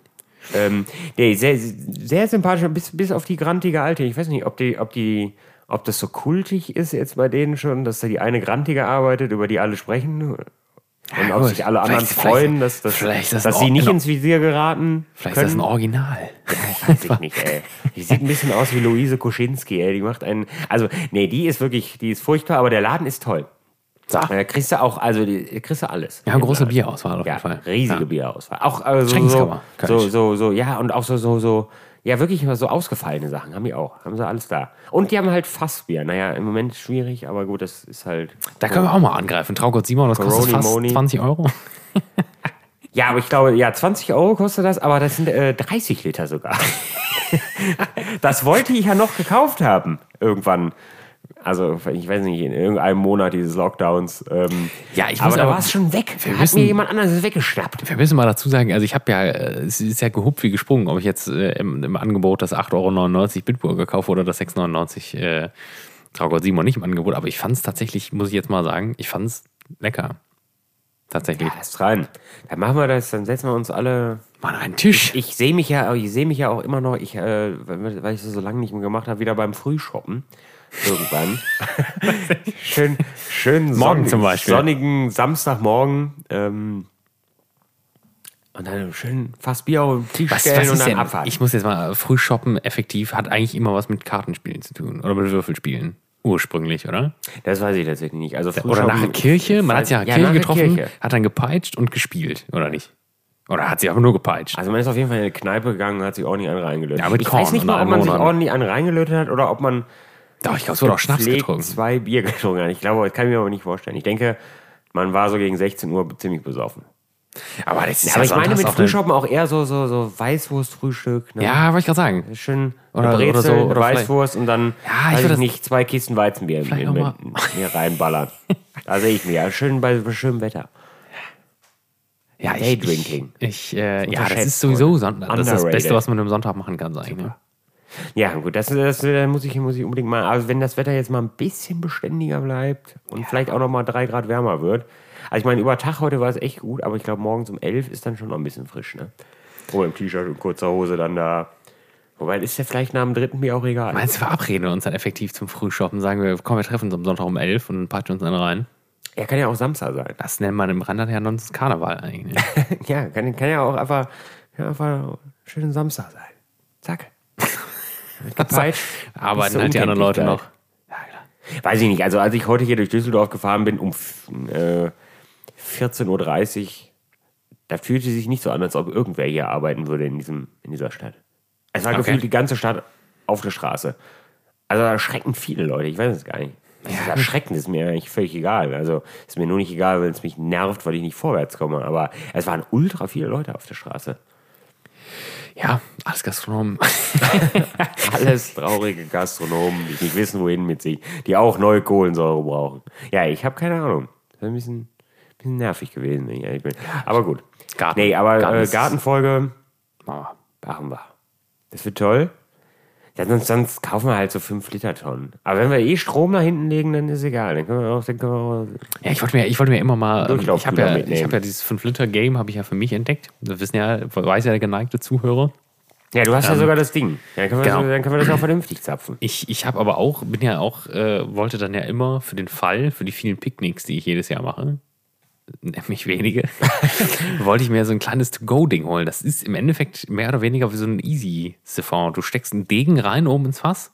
Speaker 2: Ähm, nee, sehr, sehr sympathisch, bis, bis auf die grantige Alte. Ich weiß nicht, ob die, ob die, ob das so kultig ist jetzt bei denen schon, dass da die eine grantige arbeitet, über die alle sprechen. Und ob
Speaker 1: gut.
Speaker 2: sich alle anderen
Speaker 1: Vielleicht-
Speaker 2: freuen, dass, dass,
Speaker 1: vielleicht ist das
Speaker 2: dass
Speaker 1: ein
Speaker 2: sie
Speaker 1: Or-
Speaker 2: nicht
Speaker 1: ein Or-
Speaker 2: ins Visier geraten.
Speaker 1: Vielleicht
Speaker 2: können.
Speaker 1: ist das ein Original.
Speaker 2: Weiß ich nicht, ey. Die sieht ein bisschen aus wie Luise Kuschinski, ey. Die macht einen. Also, nee, die ist wirklich, die ist furchtbar, aber der Laden ist toll.
Speaker 1: [laughs] So.
Speaker 2: Äh, kriegst du auch, also die, kriegst du alles.
Speaker 1: Ja, große Bierauswahl auf
Speaker 2: Ja,
Speaker 1: jeden Fall.
Speaker 2: riesige Bierauswahl. Auch also so,
Speaker 1: Schreckenskammer,
Speaker 2: so,
Speaker 1: Kölsch.
Speaker 2: so, so, ja, und auch so, so, so, Ja, wirklich immer so ausgefallene Sachen haben die auch. Haben sie alles da. Und die haben halt Fassbier. Naja, im Moment schwierig, aber gut, das ist halt.
Speaker 1: Da können wir auch mal angreifen. Traugott Simon, das kostet
Speaker 2: Coroni,
Speaker 1: fast
Speaker 2: Moni.
Speaker 1: 20 Euro.
Speaker 2: Ja, aber ich glaube, ja, 20 Euro kostet das, aber das sind äh, 30 Liter sogar. [laughs] das wollte ich ja noch gekauft haben. Irgendwann. Also, ich weiß nicht, in irgendeinem Monat dieses Lockdowns. Ähm,
Speaker 1: Ja, ich
Speaker 2: aber
Speaker 1: muss
Speaker 2: da
Speaker 1: aber-
Speaker 2: war es schon weg.
Speaker 1: wir
Speaker 2: Hat
Speaker 1: müssen-
Speaker 2: mir jemand anderes weggeschnappt.
Speaker 1: Wir müssen mal dazu sagen, also ich habe ja, äh, es ist ja gehupt wie gesprungen, ob ich jetzt äh, im, im Angebot das 8,99 Euro Bitburger kaufe oder das 6,99 äh, Traugott Simon nicht im Angebot, aber ich fand es tatsächlich, muss ich jetzt mal sagen, ich fand es lecker. Tatsächlich.
Speaker 2: Passt rein. Dann machen wir das, dann setzen wir uns alle.
Speaker 1: Mann, ein Tisch.
Speaker 2: Ich sehe mich ja, ich sehe mich ja auch immer noch, ich, äh, weil weil ich es so lange nicht mehr gemacht habe, wieder beim Frühshoppen.
Speaker 1: [laughs]
Speaker 2: Irgendwann. schön, schön
Speaker 1: Morgen zum Beispiel.
Speaker 2: sonnigen Samstagmorgen. Ähm, und dann schön Fass Bier auf den Tisch
Speaker 1: Was,
Speaker 2: stellen
Speaker 1: was
Speaker 2: und
Speaker 1: ist
Speaker 2: dann
Speaker 1: denn?
Speaker 2: abfahren.
Speaker 1: Ich muss jetzt mal früh shoppen, effektiv, hat eigentlich immer was mit Kartenspielen zu tun oder mit Würfelspielen. Ursprünglich, oder?
Speaker 2: das weiß ich tatsächlich nicht. Also
Speaker 1: Oder nach der Kirche, man hat sich nach der Kirche getroffen, hat dann gepeitscht und gespielt, oder nicht? Oder hat sie aber nur gepeitscht?
Speaker 2: Also man ist auf jeden Fall in eine Kneipe gegangen und hat sich ordentlich einen reingelötet.
Speaker 1: Ja, mit
Speaker 2: ich
Speaker 1: Korn
Speaker 2: weiß nicht
Speaker 1: und
Speaker 2: mal, ob
Speaker 1: allem
Speaker 2: man sich
Speaker 1: dran.
Speaker 2: ordentlich einen reingelötet hat oder ob man
Speaker 1: Doch, ich glaube, es wurde auch Schnaps
Speaker 2: gepflegt
Speaker 1: getrunken.
Speaker 2: zwei Bier [laughs] getrunken hat. Ich glaube, das kann ich mir aber nicht vorstellen. Ich denke, man war so gegen 16 Uhr ziemlich besoffen.
Speaker 1: Aber das ist
Speaker 2: Aber ich meine
Speaker 1: sonntags
Speaker 2: mit
Speaker 1: auf eine-
Speaker 2: Frühschoppen auch eher so, so, so Weißwurstfrühstück. Ne?
Speaker 1: Ja, wollte ich gerade sagen.
Speaker 2: Schön
Speaker 1: Oder-
Speaker 2: eine
Speaker 1: oder
Speaker 2: Brezel,
Speaker 1: so,
Speaker 2: eine
Speaker 1: oder vielleicht-
Speaker 2: Weißwurst und dann
Speaker 1: Ja, ich
Speaker 2: weiß
Speaker 1: würd das-
Speaker 2: nicht zwei Kisten Weizenbier
Speaker 1: Vielleicht
Speaker 2: mir,
Speaker 1: auch
Speaker 2: mir,
Speaker 1: mal- [laughs]
Speaker 2: mir reinballern. Da sehe ich mich ja. Schön bei, bei schönem Wetter.
Speaker 1: Ja,
Speaker 2: Daydrinking.
Speaker 1: Ich, ich, äh, ja, das
Speaker 2: Unterschätzt
Speaker 1: ist sowieso Son das, ist das
Speaker 2: Underrated.
Speaker 1: Beste, was man am Sonntag machen kann, sag ich. Ne?
Speaker 2: Ja, gut, das, das äh, muss, ich, muss ich unbedingt mal. Also, wenn das Wetter jetzt mal ein bisschen beständiger bleibt und vielleicht auch nochmal drei Grad wärmer wird. Also, ich meine, über Tag heute war es echt gut, aber ich glaube, morgens um elf ist dann schon noch ein bisschen frisch, ne? Oh, im T-Shirt und kurzer Hose dann da. Wobei, ist ja vielleicht nach dem dritten Bier auch egal.
Speaker 1: Meinst du, verabreden wir uns dann effektiv zum Frühshoppen? Sagen wir, komm, wir treffen uns am Sonntag um 11 und patschen uns dann rein.
Speaker 2: Er kann ja auch Samstag sein.
Speaker 1: Das nennt man im Rheinland ja sonst Karneval eigentlich. Ne?
Speaker 2: [laughs] Ja, kann, kann ja auch einfach, ja, einfach schönen Samstag sein.
Speaker 1: [laughs]
Speaker 2: Zack. Gepeitscht.
Speaker 1: Arbeiten
Speaker 2: Bist du
Speaker 1: halt die anderen Leute
Speaker 2: unkenntlich
Speaker 1: noch.
Speaker 2: Weiß ich nicht. Also, als ich heute hier durch Düsseldorf gefahren bin, um f- äh, 14.30 Uhr, da fühlte sich nicht so an, als ob irgendwer hier arbeiten würde in, diesem, in dieser Stadt. Es war
Speaker 1: Okay.
Speaker 2: gefühlt die ganze Stadt auf der Straße. Also, da schrecken viele Leute. Ich weiß es gar nicht. Das Erschrecken ist mir eigentlich völlig egal. Also ist mir nur nicht egal, wenn es mich nervt, weil ich nicht vorwärts komme. Aber es waren ultra viele Leute auf der Straße.
Speaker 1: Ja, alles Gastronomen.
Speaker 2: Alles traurige Gastronomen, die nicht wissen, wohin mit sich, die auch neue Kohlensäure brauchen. Ja, ich habe keine Ahnung. Das ist ein bisschen, bisschen nervig gewesen, wenn ich ehrlich bin. Aber gut.
Speaker 1: Garten.
Speaker 2: Nee, aber
Speaker 1: Garten
Speaker 2: äh,
Speaker 1: ist-
Speaker 2: Gartenfolge
Speaker 1: [laughs] Mama.
Speaker 2: machen wir. Das wird toll. Ja, sonst, sonst kaufen wir halt so 5 Liter Tonnen. Aber wenn wir eh Strom da hinten legen, dann ist egal. Dann können wir auch, dann können wir auch
Speaker 1: Ja, ich wollte mir, ich wollte mir immer mal. ähm, Ich habe
Speaker 2: Durchlaufkühler
Speaker 1: ja,
Speaker 2: mitnehmen.
Speaker 1: ich hab ja dieses 5-Liter-Game, habe ich ja für mich entdeckt. Das wissen ja, weiß ja der geneigte Zuhörer.
Speaker 2: ja, du hast ja sogar das Ding. Ja, dann, können wir
Speaker 1: Ähm, genau.
Speaker 2: das, dann können wir das auch vernünftig zapfen.
Speaker 1: Ich, ich habe aber auch, bin ja auch, äh, wollte dann ja immer für den Fall, für die vielen Picknicks, die ich jedes Jahr mache, nämlich wenige, [laughs] wollte ich mir so ein kleines To-Go-Ding holen. Das ist im Endeffekt mehr oder weniger wie so ein Easy-Siphon. Du steckst einen Degen rein oben ins Fass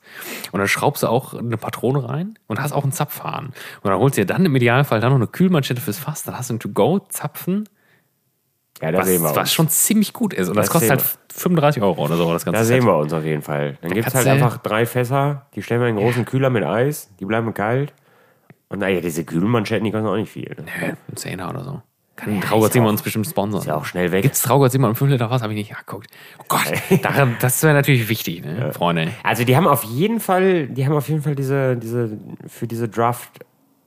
Speaker 1: und dann schraubst du auch eine Patrone rein und hast auch einen Zapfhahn. Und dann holst du dir dann im Idealfall dann noch eine Kühlmanschette fürs Fass, dann hast du einen To-Go-Zapfen,
Speaker 2: Ja, da
Speaker 1: was,
Speaker 2: sehen wir uns.
Speaker 1: was schon ziemlich gut ist. Und das,
Speaker 2: Das
Speaker 1: kostet
Speaker 2: sehen
Speaker 1: halt 35 Euro oder so. Das ganze
Speaker 2: Da
Speaker 1: Set.
Speaker 2: sehen wir uns auf jeden Fall. Dann gibt es halt
Speaker 1: halt Katze.
Speaker 2: einfach drei Fässer, die stellen wir in einen großen Kühler mit Eis, die bleiben kalt. Und naja, diese Kühlmanschetten, die kosten auch nicht viel. Ne?
Speaker 1: Nö, ein Zehner oder so. Kann
Speaker 2: ist
Speaker 1: Traugott Simon
Speaker 2: auch-
Speaker 1: uns bestimmt sponsern. Ist
Speaker 2: ja auch schnell weg.
Speaker 1: Gibt's Traugott Simon im 5 Liter Fass? Habe ich nicht geguckt. Oh
Speaker 2: [laughs]
Speaker 1: Gott, daran, das wäre natürlich wichtig, ne, Freunde.
Speaker 2: Also die haben auf jeden Fall, die haben auf jeden Fall diese, diese, für diese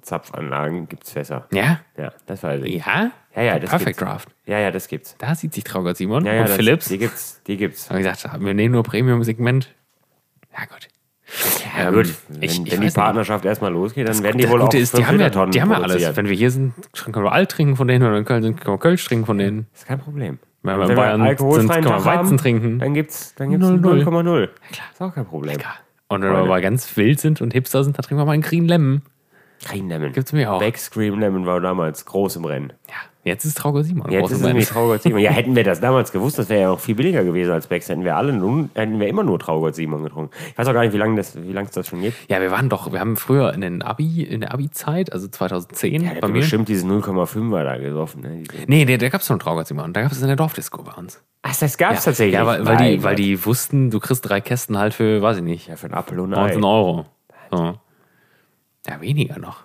Speaker 2: Draft-Zapfanlagen gibt es Fässer.
Speaker 1: Ja?
Speaker 2: Ja, das weiß ich.
Speaker 1: Ja?
Speaker 2: Ja, ja, das
Speaker 1: Perfect
Speaker 2: gibt's.
Speaker 1: Draft.
Speaker 2: Ja, ja, das gibt's.
Speaker 1: Da sieht sich Traugott Simon
Speaker 2: Ja, ja,
Speaker 1: und
Speaker 2: das,
Speaker 1: Philips.
Speaker 2: Die gibt's, die gibt's. halt.
Speaker 1: Haben gesagt, wir nehmen nur Premium-Segment. Ja, gut. Ja,
Speaker 2: Wenn,
Speaker 1: Ich, ich
Speaker 2: wenn die
Speaker 1: weiß nicht.
Speaker 2: Partnerschaft erstmal losgeht, dann werden die
Speaker 1: Das
Speaker 2: wohl auch
Speaker 1: Gute ist, die
Speaker 2: fünf
Speaker 1: haben ja,
Speaker 2: Liter Tonnen
Speaker 1: die haben ja alles.
Speaker 2: produzieren.
Speaker 1: Wenn wir hier sind, können wir Alt trinken von denen oder in Köln sind, können wir Kölsch trinken von denen.
Speaker 2: Das ist kein Problem.
Speaker 1: Wenn wir in Bayern sind, können wir Weizen trinken.
Speaker 2: Dann gibt's, dann gibt's
Speaker 1: 0,0.
Speaker 2: 0,0. Ist auch kein Problem.
Speaker 1: Und wenn wir mal ganz wild sind und Hipster sind, dann trinken wir mal einen Green Lemon.
Speaker 2: Green Lemon.
Speaker 1: Gibt's mir auch.
Speaker 2: Backscream Lemon war damals groß im Rennen.
Speaker 1: Ja. Jetzt ist Trauger Simon.
Speaker 2: Jetzt
Speaker 1: Brauchst du
Speaker 2: ist es
Speaker 1: seinen-
Speaker 2: nämlich Traugott Simon.
Speaker 1: [laughs]
Speaker 2: Ja, hätten wir das damals gewusst, das wäre ja auch viel billiger gewesen als Becks. Hätten wir alle nun, hätten wir immer nur Traugott Simon getrunken. Ich weiß auch gar nicht, wie lange das, wie lange es das schon gibt.
Speaker 1: ja, wir waren doch, wir haben früher in, den Abi, in der Abi-Zeit, also 2010
Speaker 2: Der
Speaker 1: bei
Speaker 2: hat
Speaker 1: mir.
Speaker 2: bestimmt diese 0,5er da gesoffen. Ne? Diese-
Speaker 1: Nee, da, da gab es schon Trauger Simon. Da gab es in der Dorfdisco bei uns.
Speaker 2: Ach, das gab's tatsächlich.
Speaker 1: Ja, weil, weil,
Speaker 2: Mein
Speaker 1: die, weil
Speaker 2: Gott.
Speaker 1: die wussten, du kriegst drei Kästen halt für, weiß ich nicht,
Speaker 2: Ja, für einen Apfel und ein
Speaker 1: 19
Speaker 2: Ei.
Speaker 1: Euro. So. Ja, weniger noch.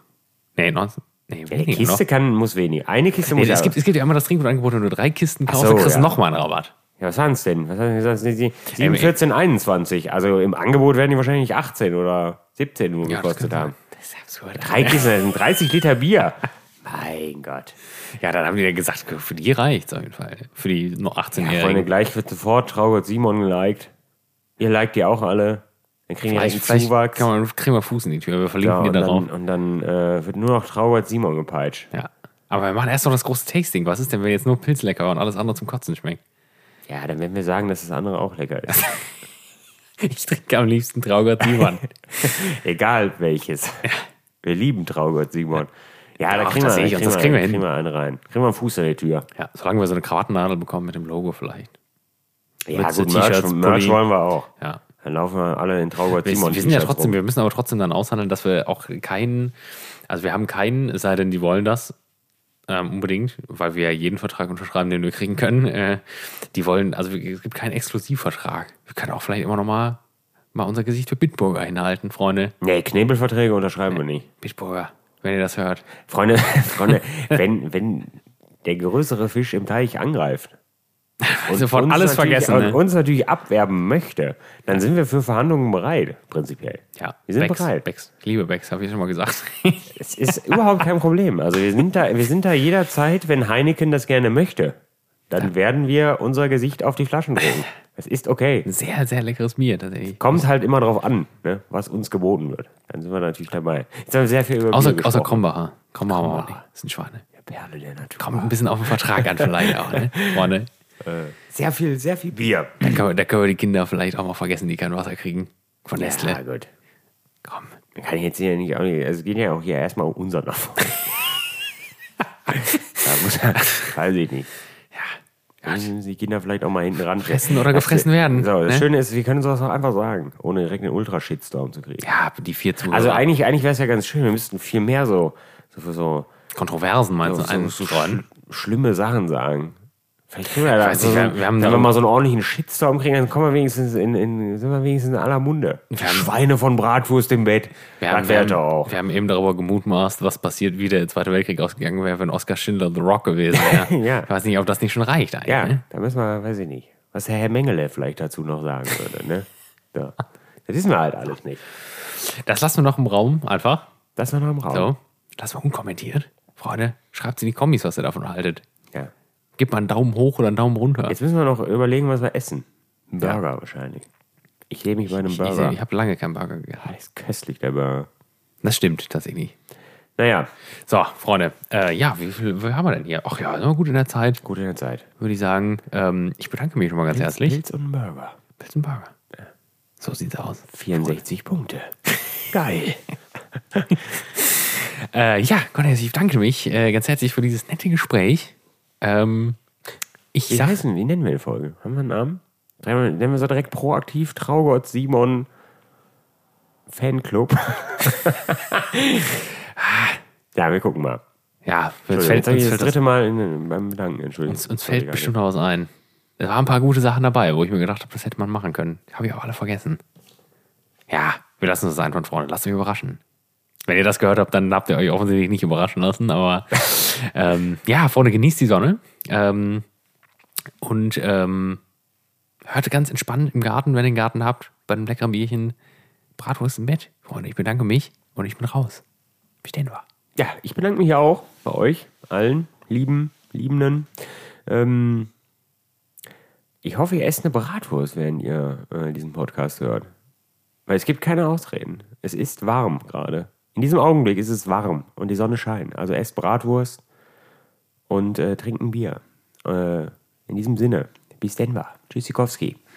Speaker 1: Nee, 19. Nee,
Speaker 2: Ja, die
Speaker 1: weniger noch.
Speaker 2: Kiste kann, muss wenig. Eine Kiste muss
Speaker 1: Nee, es,
Speaker 2: ja-
Speaker 1: gibt, es gibt ja immer das Trinkgutangebot, wenn du drei Kisten kaufst,
Speaker 2: so,
Speaker 1: dann kriegst du
Speaker 2: ja.
Speaker 1: noch mal einen Rabatt.
Speaker 2: Ja, was haben's denn? Was haben gesagt? 7, 14, 21. Also im Angebot werden die wahrscheinlich 18 oder 17 nur
Speaker 1: Ja, das
Speaker 2: gekostet
Speaker 1: kann
Speaker 2: haben.
Speaker 1: Das ist absurd.
Speaker 2: Drei Kisten, das sind 30 Liter Bier. [laughs] Mein Gott.
Speaker 1: Ja, dann haben die ja gesagt, für die reicht's auf jeden Fall. Für die noch
Speaker 2: Freunde,
Speaker 1: 18-Jährigen.
Speaker 2: gleich wird sofort Traugott Simon geliked. Ihr liked die auch alle. Dann kriegen die
Speaker 1: vielleicht
Speaker 2: direkt einen
Speaker 1: vielleicht
Speaker 2: Zuwachs.
Speaker 1: kann man, kriegen wir Fuß in die Tür, wir
Speaker 2: ja,
Speaker 1: verlinken
Speaker 2: und
Speaker 1: die darauf.
Speaker 2: dann, und dann äh, wird nur noch Traugott Simon gepeitscht.
Speaker 1: Ja. Aber wir machen erst noch das große Tasting. Was ist denn, wenn jetzt nur Pilz lecker war und alles andere zum Kotzen schmeckt? [laughs]
Speaker 2: Ja, dann werden wir sagen, dass das andere auch lecker ist.
Speaker 1: Ich trinke am liebsten Traugott Simon.
Speaker 2: [laughs] Egal welches. Wir lieben Traugott Simon. Ja, da
Speaker 1: Ach,
Speaker 2: kriegen
Speaker 1: das sehe
Speaker 2: wir
Speaker 1: ich
Speaker 2: einen,
Speaker 1: uns, das kriegen wir hin.
Speaker 2: kriegen wir einen rein. Kriegen wir einen Fuß in die Tür.
Speaker 1: ja, solange wir so eine Krawattennadel bekommen mit dem Logo vielleicht.
Speaker 2: Ja,
Speaker 1: Mit so
Speaker 2: gut, Merch,
Speaker 1: T-Shirts,
Speaker 2: Merch
Speaker 1: Pulli.
Speaker 2: wollen wir auch.
Speaker 1: Ja.
Speaker 2: Dann laufen wir alle in Traugott
Speaker 1: Wir,
Speaker 2: Simon.
Speaker 1: wir sind ja
Speaker 2: T-Shirts
Speaker 1: trotzdem,
Speaker 2: rum.
Speaker 1: wir müssen aber trotzdem dann aushandeln, dass wir auch keinen, also wir haben keinen, es sei denn, die wollen das ähm, unbedingt, weil wir ja jeden Vertrag unterschreiben, den wir kriegen können. Äh, die wollen, also wir, es gibt keinen Exklusivvertrag. Wir können auch vielleicht immer noch mal, mal unser Gesicht für Bitburger hinhalten, Freunde.
Speaker 2: Nee, Knebelverträge unterschreiben wir nicht.
Speaker 1: Bitburger, wenn ihr das hört.
Speaker 2: Freunde, [laughs] Freunde, wenn, wenn der größere Fisch im
Speaker 1: [laughs]
Speaker 2: Teich angreift und
Speaker 1: Sofort
Speaker 2: uns
Speaker 1: alles
Speaker 2: natürlich-
Speaker 1: vergessen,
Speaker 2: und
Speaker 1: ne?
Speaker 2: uns natürlich abwerben möchte, dann sind wir für Verhandlungen bereit, prinzipiell.
Speaker 1: Ja,
Speaker 2: wir sind
Speaker 1: Becks,
Speaker 2: bereit.
Speaker 1: Becks. Ich liebe Becks, habe ich schon mal gesagt.
Speaker 2: Es ist überhaupt kein Problem. Also wir sind da, wir sind da jederzeit, wenn Heineken das gerne möchte, dann werden wir unser Gesicht auf die Flaschen drucken. Das ist okay.
Speaker 1: [laughs] Sehr, sehr leckeres Bier tatsächlich.
Speaker 2: Kommt halt immer drauf an, ne, was uns geboten wird. Dann sind wir natürlich dabei. Jetzt haben wir sehr viel über
Speaker 1: Außer,
Speaker 2: Bier
Speaker 1: außer
Speaker 2: gesprochen.
Speaker 1: Krombacher. Krombacher machen wir auch nicht. Das sind Schweine.
Speaker 2: Perle der Natur.
Speaker 1: Kommt ne? ein bisschen auf den Vertrag an, vielleicht auch, [laughs] ne? Freunde.
Speaker 2: Sehr viel, sehr viel Bier.
Speaker 1: Da können, wir, da können wir die Kinder vielleicht auch mal vergessen, die kein Wasser kriegen. Von Nestle.
Speaker 2: Ja, gut.
Speaker 1: Komm.
Speaker 2: Dann kann ich jetzt hier nicht, auch nicht- also es geht ja auch hier erstmal um unseren
Speaker 1: [laughs]
Speaker 2: Erfolg. da muss er, weiß ich nicht. Ja. Müssen die Kinder vielleicht auch mal hinten ran.
Speaker 1: Fressen oder gefressen werden,
Speaker 2: So, das
Speaker 1: ne?
Speaker 2: Schöne ist, wir können sowas auch einfach sagen, ohne direkt einen Ultra-Shitstorm zu kriegen.
Speaker 1: Ja, die vier Zuhörer.
Speaker 2: Also eigentlich, eigentlich wäre es ja ganz schön, wir müssten viel mehr so, so für so,
Speaker 1: Kontroversen meinst
Speaker 2: so,
Speaker 1: du? einen
Speaker 2: so
Speaker 1: Freund?
Speaker 2: sch schl- schlimme Sachen sagen. Vielleicht können wir da,
Speaker 1: weiß
Speaker 2: so,
Speaker 1: nicht,
Speaker 2: so-
Speaker 1: wir- wir haben
Speaker 2: wenn
Speaker 1: da-
Speaker 2: wir mal so einen ordentlichen Shitstorm kriegen, dann kommen wir wenigstens in, in, sind wir wenigstens in aller Munde. Schweine von Bratwurst im Bett.
Speaker 1: Wir haben,
Speaker 2: das
Speaker 1: wir,
Speaker 2: wäre doch
Speaker 1: haben,
Speaker 2: auch.
Speaker 1: wir haben eben darüber gemutmaßt, was passiert, wie der Zweite Weltkrieg ausgegangen wäre, wenn Oskar Schindler The Rock gewesen wäre. [laughs]
Speaker 2: Ja.
Speaker 1: Ich weiß nicht, ob das nicht schon reicht eigentlich.
Speaker 2: Ja,
Speaker 1: Ne?
Speaker 2: da müssen wir, weiß ich nicht, was der Herr Mengele vielleicht dazu noch sagen
Speaker 1: [laughs]
Speaker 2: würde. Ne? Ja. Das wissen wir halt alles nicht.
Speaker 1: Das lassen wir noch im Raum einfach.
Speaker 2: Das war noch im Raum.
Speaker 1: So. Lassen wir unkommentiert. Freunde, schreibt in die Kommis, was ihr davon haltet.
Speaker 2: Ja.
Speaker 1: Gebt mal einen Daumen hoch oder einen Daumen runter.
Speaker 2: Jetzt müssen wir noch überlegen, was wir essen. Ein Burger wahrscheinlich. Ich lebe mich bei einem
Speaker 1: ich
Speaker 2: Burger.
Speaker 1: ich habe lange keinen Burger gehabt.
Speaker 2: das ist köstlich, der Burger.
Speaker 1: Das stimmt tatsächlich.
Speaker 2: Naja,
Speaker 1: So, Freunde, äh, ja, wie viel wie haben wir denn hier? Ach ja, sind wir gut in der Zeit,
Speaker 2: gut in der Zeit.
Speaker 1: würde ich sagen. Ähm, ich bedanke mich schon mal ganz herzlich.
Speaker 2: Pilz und Burger.
Speaker 1: Bisschen Burger. So sieht's aus. [laughs]
Speaker 2: 64 Punkte. Geil.
Speaker 1: Äh, ja, Cornelius, ich bedanke mich äh, ganz herzlich für dieses nette Gespräch. Ähm, ich
Speaker 2: Wie,
Speaker 1: sag,
Speaker 2: heißen, wie nennen wir die Folge? Haben wir einen Namen? Dreimal- Nennen wir so direkt proaktiv Traugott Simon
Speaker 1: [laughs]
Speaker 2: Fanclub. Ah, ja, wir gucken mal.
Speaker 1: ja, uns
Speaker 2: Entschuldigung,
Speaker 1: fällt,
Speaker 2: Jetzt habe
Speaker 1: uns,
Speaker 2: ich das
Speaker 1: fällt, das,
Speaker 2: dritte Mal in, beim Bedanken. Entschuldigung.
Speaker 1: uns, uns fällt bestimmt noch was ein. Es waren ein paar gute Sachen dabei, wo ich mir gedacht habe, das hätte man machen können. Habe ich auch alle vergessen. Ja, wir lassen uns das einfach, Freunde. Lasst euch überraschen. Wenn ihr das gehört habt, dann habt ihr euch offensichtlich nicht überraschen lassen. Aber ähm, ja, Freunde, genießt die Sonne. Ähm, und ähm, hört ganz entspannt im Garten, wenn ihr einen Garten habt, bei einem leckeren Bierchen. Bratwurst im Bett. Freunde, ich bedanke mich und ich bin raus. Bestehen wir.
Speaker 2: Ja, ich bedanke mich auch bei euch, allen lieben, liebenden. Ähm, ich hoffe, ihr esst eine Bratwurst, während ihr äh, diesen Podcast hört. Weil es gibt keine Ausreden. Es ist warm gerade. In diesem Augenblick ist es warm und die Sonne scheint. Also esst Bratwurst und äh, trinkt ein Bier. Äh, in diesem Sinne, bis Denver. Tschüssikowski.